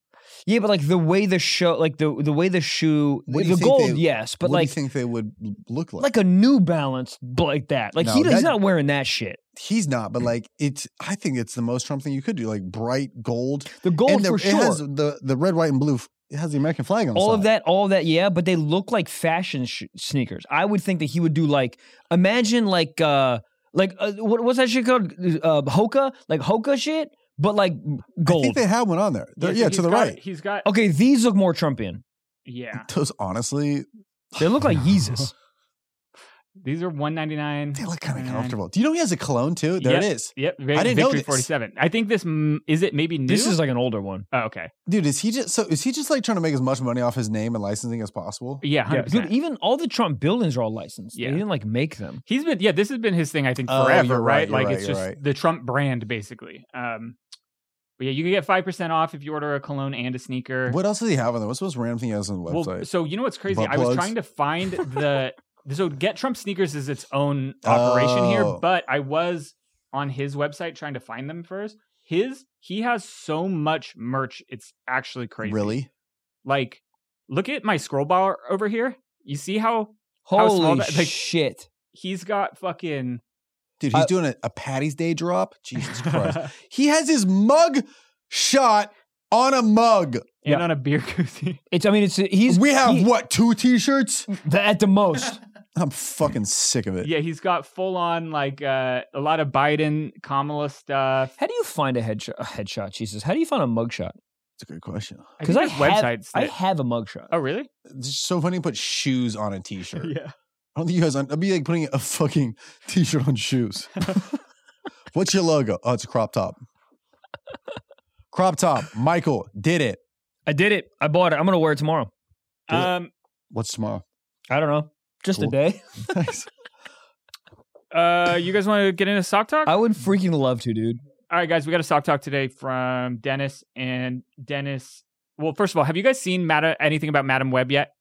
yeah, but like the way the show, like the the way the shoe, What the, do you think gold, they- yes, but what like do you think they would look like? like a New Balance b- like that. Like he, No, he's that- not wearing that shit. he's not, Mm. but like it's. I think it's the most Trump thing you could do, like bright gold. The gold and the, for it sure. has the the red, white, and blue. f- It has the American flag on. the all of side. that, all of that, yeah, but they look like fashion sh- sneakers. I would think that he would do like imagine like uh like uh, what what's that shit called uh, Hoka like Hoka shit, but like I think gold. they had one on there. They're- so yeah, he's to the got- right. He's got. okay, these look more Trumpian. Yeah, Those honestly, They look like Yeezus. these are one ninety nine. they look kind Man. of comfortable. Do you know he has a cologne too? There Mm. Yes. it is, Yep, very, I didn't know Victory this. forty seven. I think this mm, is it. Maybe new? This is like an older one. oh, okay. dude. Is he just so? Is he just like trying to make as much money off his name and licensing as possible? Yeah, Yeah, hundred dude, percent. even all the Trump buildings are all licensed. Yeah. They didn't like make them. He's been yeah, this has been his thing I think Oh, forever, you're right, right? you're Like right, it's you're just right. the Trump brand basically. Um but yeah, you can get 5% off if you order a cologne and a sneaker. What else does he have on there? What's the most random thing he has on the well, website? so you know what's crazy? Butt I was plugs? trying to find the so get Trump sneakers is its own operation here, Oh. but I was on his website trying to find them first. His he has so much merch, it's actually crazy. really? Like look at my scroll bar over here. You see how How small Holy that- like- shit. he's got fucking Dude, he's Uh, doing a, a Patty's Day drop. Jesus Christ. he has his mug shot on a mug. and Yeah. on a beer koozie. It's I mean it's he's we have he- what, two t shirts? at the most. I'm fucking sick of it. Mm. Yeah, he's got full on like uh, a lot of Biden Kamala stuff. How do you find a headshot? A headshot, Jesus. How do you find a mugshot? That's a good question. Because think I, there's have- websites. I that- have a mugshot. oh, really? It's just so funny to put shoes on a t shirt. Yeah. I don't think you guys, I'd be like putting a fucking t shirt on shoes. What's your logo? Oh, it's a crop top. Crop top. Michael did it. I did it. I bought it. I'm gonna wear it tomorrow. Yeah. Um. What's tomorrow? I don't know. Just Cool. a day. Nice. Uh. You guys want to get into sock talk? I would freaking love to, dude. All right, guys. We got a sock talk today from Dennis and Dennis. Well, first of all, have you guys seen Mad- anything about Madam Web yet?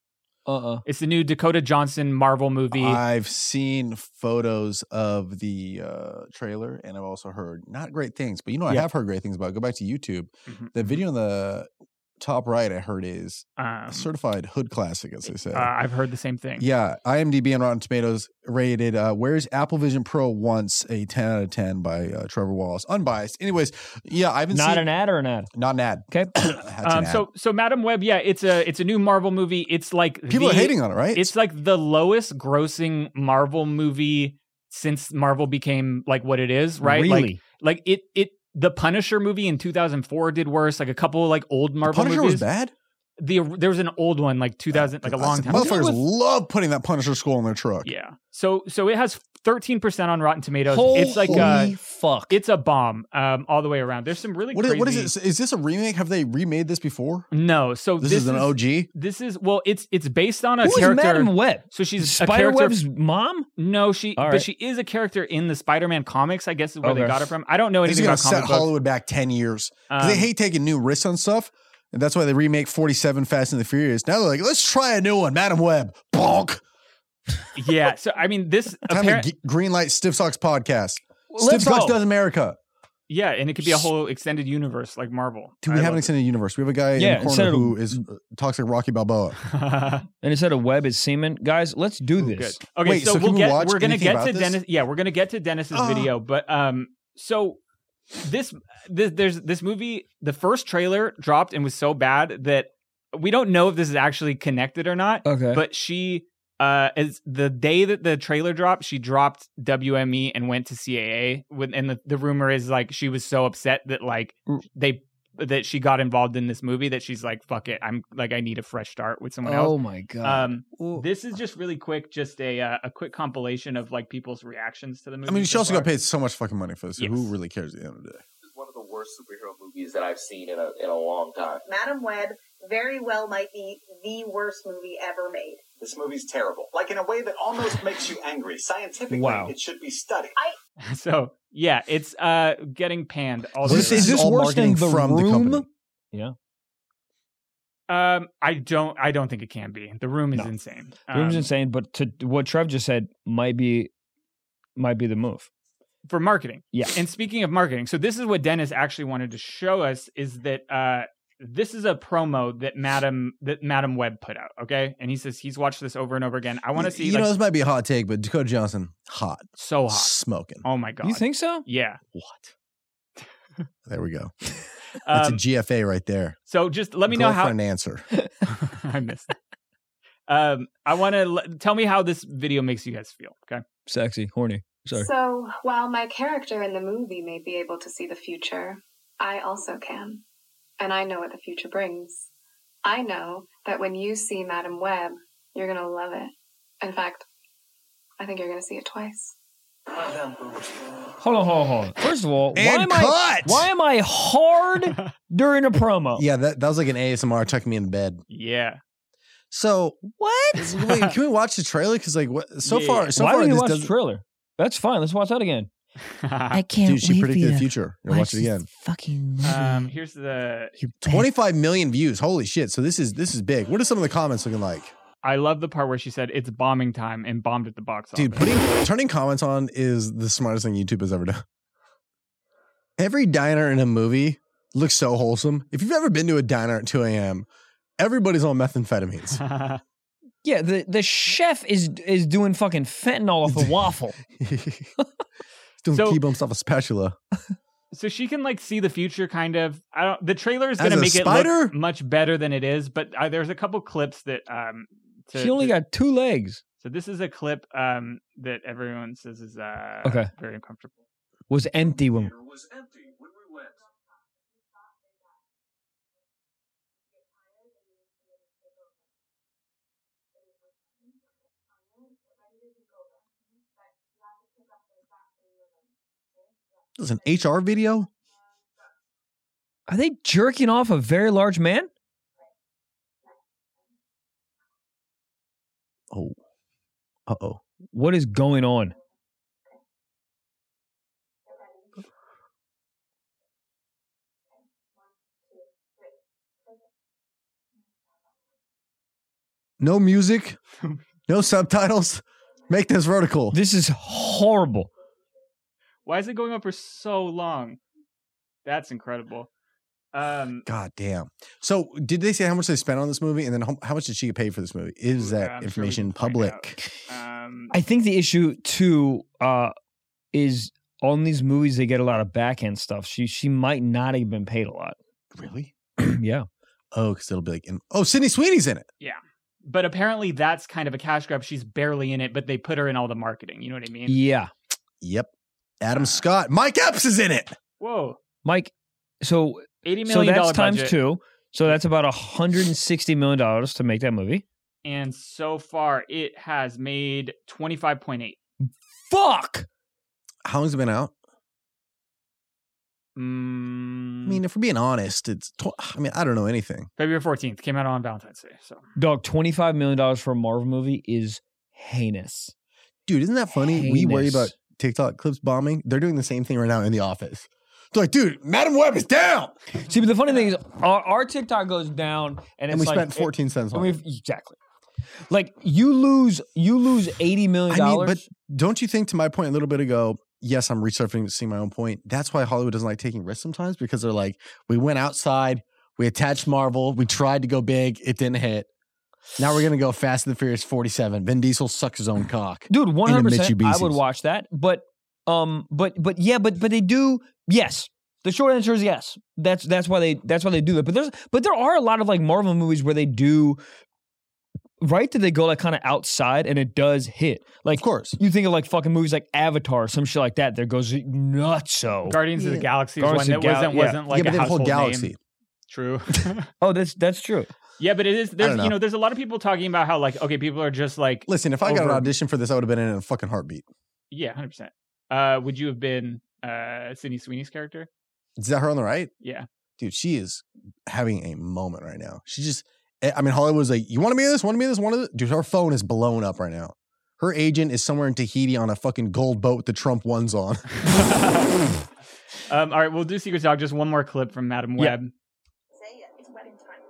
Uh uh It's the new Dakota Johnson Marvel movie. I've seen photos of the uh, trailer, and I've also heard not great things, but you know I Yeah. have heard great things about. it. Go back to YouTube. Mhm. The video on the top right, I heard is um, a certified hood classic, as they say. uh, I've heard the same thing. yeah, IMDb and Rotten Tomatoes rated uh, "Where's Apple Vision Pro Once" a ten out of ten by uh, Trevor Wallace, unbiased. Anyways, yeah, I haven't Not seen an ad or an ad. not an ad. Okay. That's an Um. ad. So so Madam Web. Yeah. It's a it's a new Marvel movie. It's like people the- are hating on it, right? it's like the lowest grossing Marvel movie since Marvel became like what it is, right? Really? Like like it it the Punisher movie in 2004 did worse, like a couple like old The Marvel Punisher movies. was bad. The there was an old one like 2000 like a long time. ago. Motherfuckers With- love putting that Punisher skull in their truck. Yeah. So so it has 13% on Rotten Tomatoes. Holy it's like a fuck. it's a bomb um all the way around. There's some really What is, crazy what is it? Is this a remake? Have they remade this before? No, so This, is an OG. This is well it's it's based on a Who is character Madam Web? so she's a character Spiderweb's mom? No, she All but right. she is a character in the Spider-Man comics, I guess is where they Okay. got it from. I don't know This is anything gonna about set comic books. Hollywood back ten years. 'Cause Um, they hate taking new risks on stuff, and that's why they remake Forty Seven Fast and the Furious. Now they're like, let's try a new one, Madam Web. Bonk. yeah, so I mean this Time apparent, to g- green light Stiff Socks podcast. Let's Stiff Socks go. does America. Yeah, and it could be a whole extended universe like Marvel. Do we I have an love extended universe? We have a guy Yeah, in the instead corner of- who is uh, talks like Rocky Balboa. it. And instead of web, it's semen. Guys, let's do Ooh, this. good. Okay, Wait, so, so we'll can we get watch we're gonna anything get about to this? Dennis. Yeah, we're gonna get to Dennis's Ah. video, but um, so this this there's this movie. The first trailer dropped and was so bad that we don't know if this is actually connected or not. Okay. But she uh, is the day that the trailer dropped, she dropped WME and went to CAA. With and the, the rumor is like she was so upset that like Mm. they that she got involved in this movie that she's like fuck it, I'm like I need a fresh start with someone else. oh my god. Um, this is just really quick, just a uh, a quick compilation of like people's reactions to the movie. I mean, she so also far. got paid so much fucking money for this. so Yes. Who really cares at the end of the day? is one of the worst superhero movies that I've seen in a in a long time. Madam Web very well might be the worst movie ever made. This movie's terrible. Like in a way that almost makes you angry. Scientifically, Wow. it should be studied. So yeah, it's uh getting panned. All Is this- the is time. this all worse than marketing The from the Room? company. um, I don't, I don't think it can be. The room is No. insane. Room's Um, insane, but to what Trev just said might be might be the move. for marketing. Yeah. And speaking of marketing, so this is what Dennis actually wanted to show us is that uh this is a promo that Madam that Madam Web put out. Okay, and he says he's watched this over and over again. I want to You- see You like know, this might be a hot take, but Dakota Johnson, hot, so hot. smoking. Oh my god. You think so? Yeah. What? There we go. That's Um, a GFA right there. so just let me know how Girlfriend answer. I missed. it. Um, I want to l- tell me how this video makes you guys feel. Okay. Sexy, horny. Sorry. So, while my character in the movie may be able to see the future, I also can. And I know what the future brings. I know that when you see Madam Web, you're going to love it. In fact, I think you're going to see it twice. Hold on, hold on, hold on. First of all, And why am I cut! why am I hard during a promo? Yeah, that, that was like an ASMR tucking me in bed. Yeah. So What? wait, can we watch the trailer? Because like, what, so Yeah, yeah, yeah. far, so why far, didn't we this watch the doesn't. trailer? That's fine. Let's watch that again. I can't Ah, Dude, she wait for you predicted the to future. You'll watch it this again. Fucking um, here's the. Twenty-five million views. Holy shit! So this is this is big. What are some of the comments looking like? I love the part where she said it's bombing time and bombed at the box office. Dude, putting turning comments on is the smartest thing YouTube has ever done. Every diner in a movie looks so wholesome. If you've ever been to a diner at 2 a.m., everybody's on methamphetamines. Yeah, the, the chef is is doing fucking fentanyl off a waffle. Don't So- keep himself a spatula. so she can like see the future, kind of. I don't. The trailer is As going to a make it spider? look much better than it is, but uh, there's a couple clips that. Um, to, she only to- got two legs. So this is a clip um that everyone says is uh Okay. very uncomfortable. Was empty when was empty when we went. This is an HR video? are they jerking off a very large man? Oh. Uh oh. What is going on? No music, no subtitles. Make this vertical. This is horrible. Why is it going on for so long? That's incredible. Um, God damn. So, did they say how much they spent on this movie? And then how, how much did she get paid for this movie? Is Ooh, that I'm sure we information can find public? um, I think the issue too uh, is on these movies they get a lot of back end stuff. She she might not have been paid a lot. Really? yeah. Oh, because it'll be like, in, oh, Sydney Sweeney's in it. but apparently that's kind of a cash grab. She's barely in it, but they put her in all the marketing. You know what I mean? Yeah. Yep. Ah. Adam Scott. Mike Epps is in it. Whoa, Mike, so eighty so million that's dollar times budget, two. So that's about hundred and sixty million dollars to make that movie. and so far it has made twenty five point eight. Fuck. How long's it been out? I Mm, mean, if we're being honest, it's, tw- I mean, I don't know anything. February fourteenth came out on Valentine's Day. So Dog, twenty five million dollars for a Marvel movie is heinous. Dude, isn't that funny? We worry Heinous. about TikTok clips bombing. They're doing the same thing right now in the office. They're like, dude, Madam Web is down. See, but the funny thing is, our, our TikTok goes down, and, And it's we like- spent 14 cents I on mean, it. if- exactly. Like you lose, you lose eighty million I mean, dollars. but don't you think, to my point a little bit ago, yes, I'm resurfacing seeing my own point. That's why Hollywood doesn't like taking risks sometimes because they're like, we went outside, we attached Marvel, we tried to go big, it didn't hit. Now we're gonna go Fast and the Furious 47. Vin Diesel sucks his own cock. dude 100% i would Mitsubishi's. watch that but um but but yeah but but they do yes the short answer is yes that's that's why they that's why they do that but there's but there are a lot of like marvel movies where they do right that they go like kind of outside and it does hit like Of course. you think of like fucking movies like avatar or some shit like that there goes nuts so Guardians of the Yeah. Galaxy is one Guardians that of the Gal- wasn't yeah. wasn't like yeah, but a then whole household galaxy. name. True. oh that's that's true yeah, but it is. There's don't you know. know there's a lot of people talking about how like okay people are just like Listen, if I got an Over- audition for this, I would have been in a fucking heartbeat. yeah hundred percent. Uh, would you have been uh Sydney Sweeney's character? Is that her on the right? Yeah. Dude, she is having a moment right now. She just eh, I I mean, Hollywood's like, you want to be in this? Want to be in this? One of dude, her phone is blown up right now. Her agent is somewhere in Tahiti on a fucking gold boat the Trump one's on. Um, all right, we'll do Secret Dog. Just one more clip from Madam Yeah. Web. Say it. It's wedding time.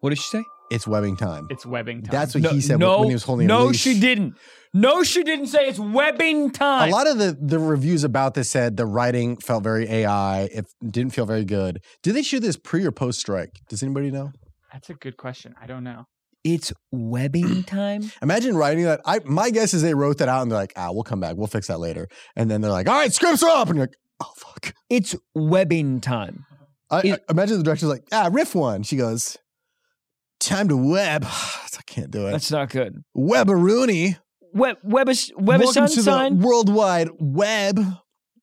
what did she say It's webbing time. It's webbing time. That's what he said when- when he was holding. a no leash. she didn't no she didn't say it's webbing A time lot of the the reviews about this said the writing felt very AI. It didn't feel very good. Did they shoot this pre or post strike? Does anybody know? That's a good question. I don't know. it's webbing time Imagine writing that. I my guess is they wrote that out and they're like, ah, we'll come back, we'll fix that later. And then they're like, all right, scripts are up, and you're like, oh fuck. it's webbing time I, Is- I- imagine the director's like, ah, riff one. She goes, time to web. I can't do it. That's not good. Weberoonie. Web web Welcome Webison to sign. the World Wide Web.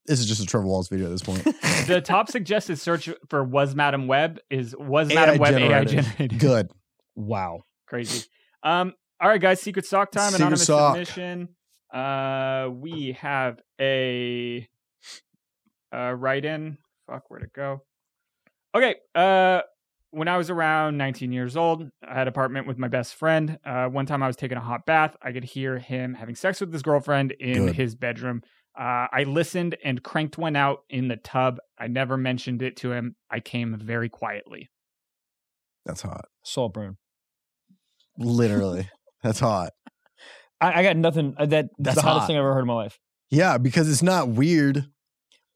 This is just a Trevor Wallace video at this point. The top suggested search for was Madam Web is was AI Madam Web AI generated. generated. Good. wow. Crazy. Um, all right, guys, secret sock time, Secret anonymous sock. submission. Uh, we have a uh write in. Fuck, where'd it go? Okay. Uh, when I was around 19 years old, I had an apartment with my best friend. Uh, one time I was taking a hot bath. I could hear him having sex with his girlfriend in Good. his bedroom. Uh, I listened and cranked one out in the tub. I never mentioned it to him. I came very quietly. That's hot. Salt burn. Literally. That's hot. I, I got nothing. Uh, that that's That's the hottest hot. thing I've ever heard in my life. Yeah, because it's not weird.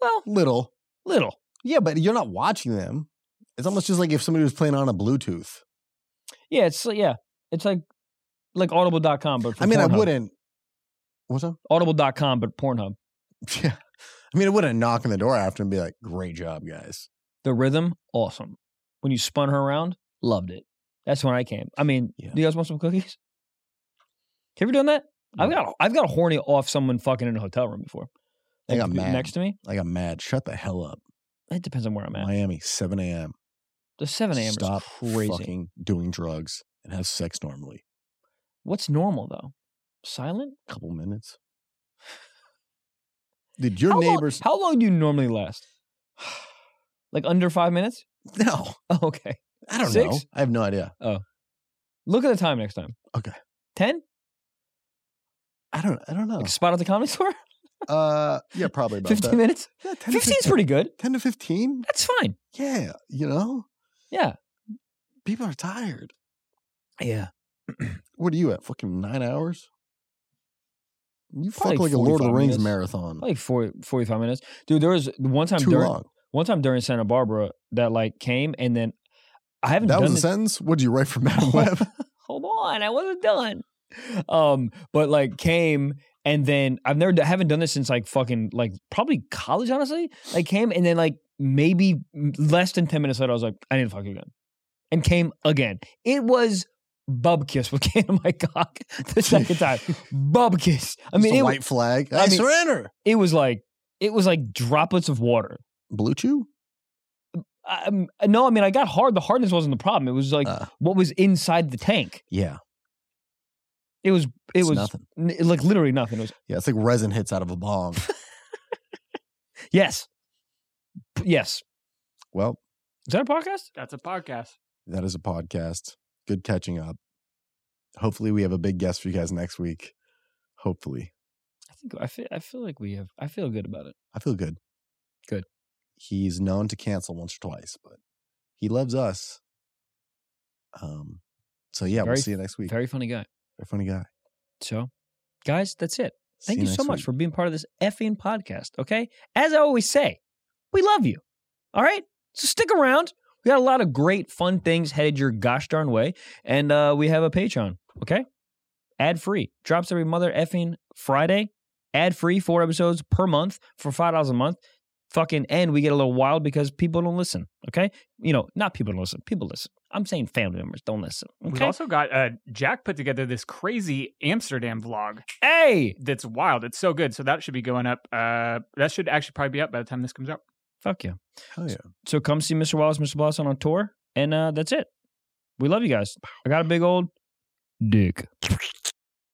Well, Little. little. Yeah, but you're not watching them. It's almost just like if somebody was playing on a Bluetooth. Yeah, it's like- yeah, it's like like audible.com but for I mean, I Pornhub. wouldn't. What's up? audible.com but Pornhub. Yeah. I mean, I wouldn't knock on the door after and be like, great job, guys. The rhythm awesome. When you spun her around, loved it. That's when I came. I mean, Yeah. do you guys want some cookies? Have you done that? I've got I've got horny off someone fucking in a hotel room before. I got Like, mad. next to me. I got mad. Shut the hell up. It depends on where I'm at. Miami, 7 a.m. the seven a.m. Stop is crazy. fucking doing drugs and have sex normally. What's normal though? Silent? couple minutes. Did your how neighbors. Long, how long do you normally last? Like under five minutes? no, Oh, okay. I don't Six? know. I have no idea. Look at the time next time. Okay. Ten? I don't. I don't know. Like spot at the comedy store? Uh, yeah, probably Oh. about Fifteen that. minutes? Yeah, 10 to Fifteen's pretty good. 10 to 15 That's fine. yeah you know Yeah. people are tired Yeah. what are you at fucking nine hours you Probably fuck like a lord of the 45 rings minutes. marathon Like 40, 45 minutes. Dude, there was one time too during long one time during Santa Barbara that like came and then I haven't that done was a this- sentence what did you write for madam web hold on, I wasn't done. Um, but like came and then I've never I haven't done this since like fucking like probably college, honestly. Like came and then like maybe less than ten minutes later, I was like, I need to fuck you again, and came again. It was bub kiss with can of my cock the second time. bub kiss. I mean, Just a it, white flag I i, mean- surrender it was like it was like droplets of water. blue chew Um, no, I mean I got hard. The hardness wasn't the problem. It was like Uh. what was inside the tank. yeah It was. It It's was nothing. n- like literally nothing. It was yeah it's like resin hits out of a bomb Yes. P- Yes. well Is that a podcast? That's a podcast. that is a podcast good catching up hopefully we have a big guest for you guys next week hopefully I think I feel I feel like we have I feel good about it. I feel good. Good. He's known to cancel once or twice, but he loves us. Um. So yeah, Very- we'll see you next week. Very, Very funny guy. funny guy. So, guys, that's it. Thank See you so next much week. for being part of this effing podcast. Okay. As I always say, we love you. All right. So stick around. We got a lot of great, fun things headed your gosh darn way. And uh, we have a Patreon. Okay. Ad free. Drops every mother effing Friday. Ad free, four episodes per month for $5 a month. Fucking, and we get a little wild because people don't listen. Okay. You know, not people don't listen. People listen. I'm saying family members don't listen. We've Okay. also got uh, Jack put together this crazy Amsterdam vlog hey. that's wild. It's so good. So that should be going up. Uh, that should actually probably be up by the time this comes out. Fuck yeah. Hell yeah. So come see Mr. Wallace, Mr. Wallace on our tour, and uh, that's it. We love you guys. I got a big old dick.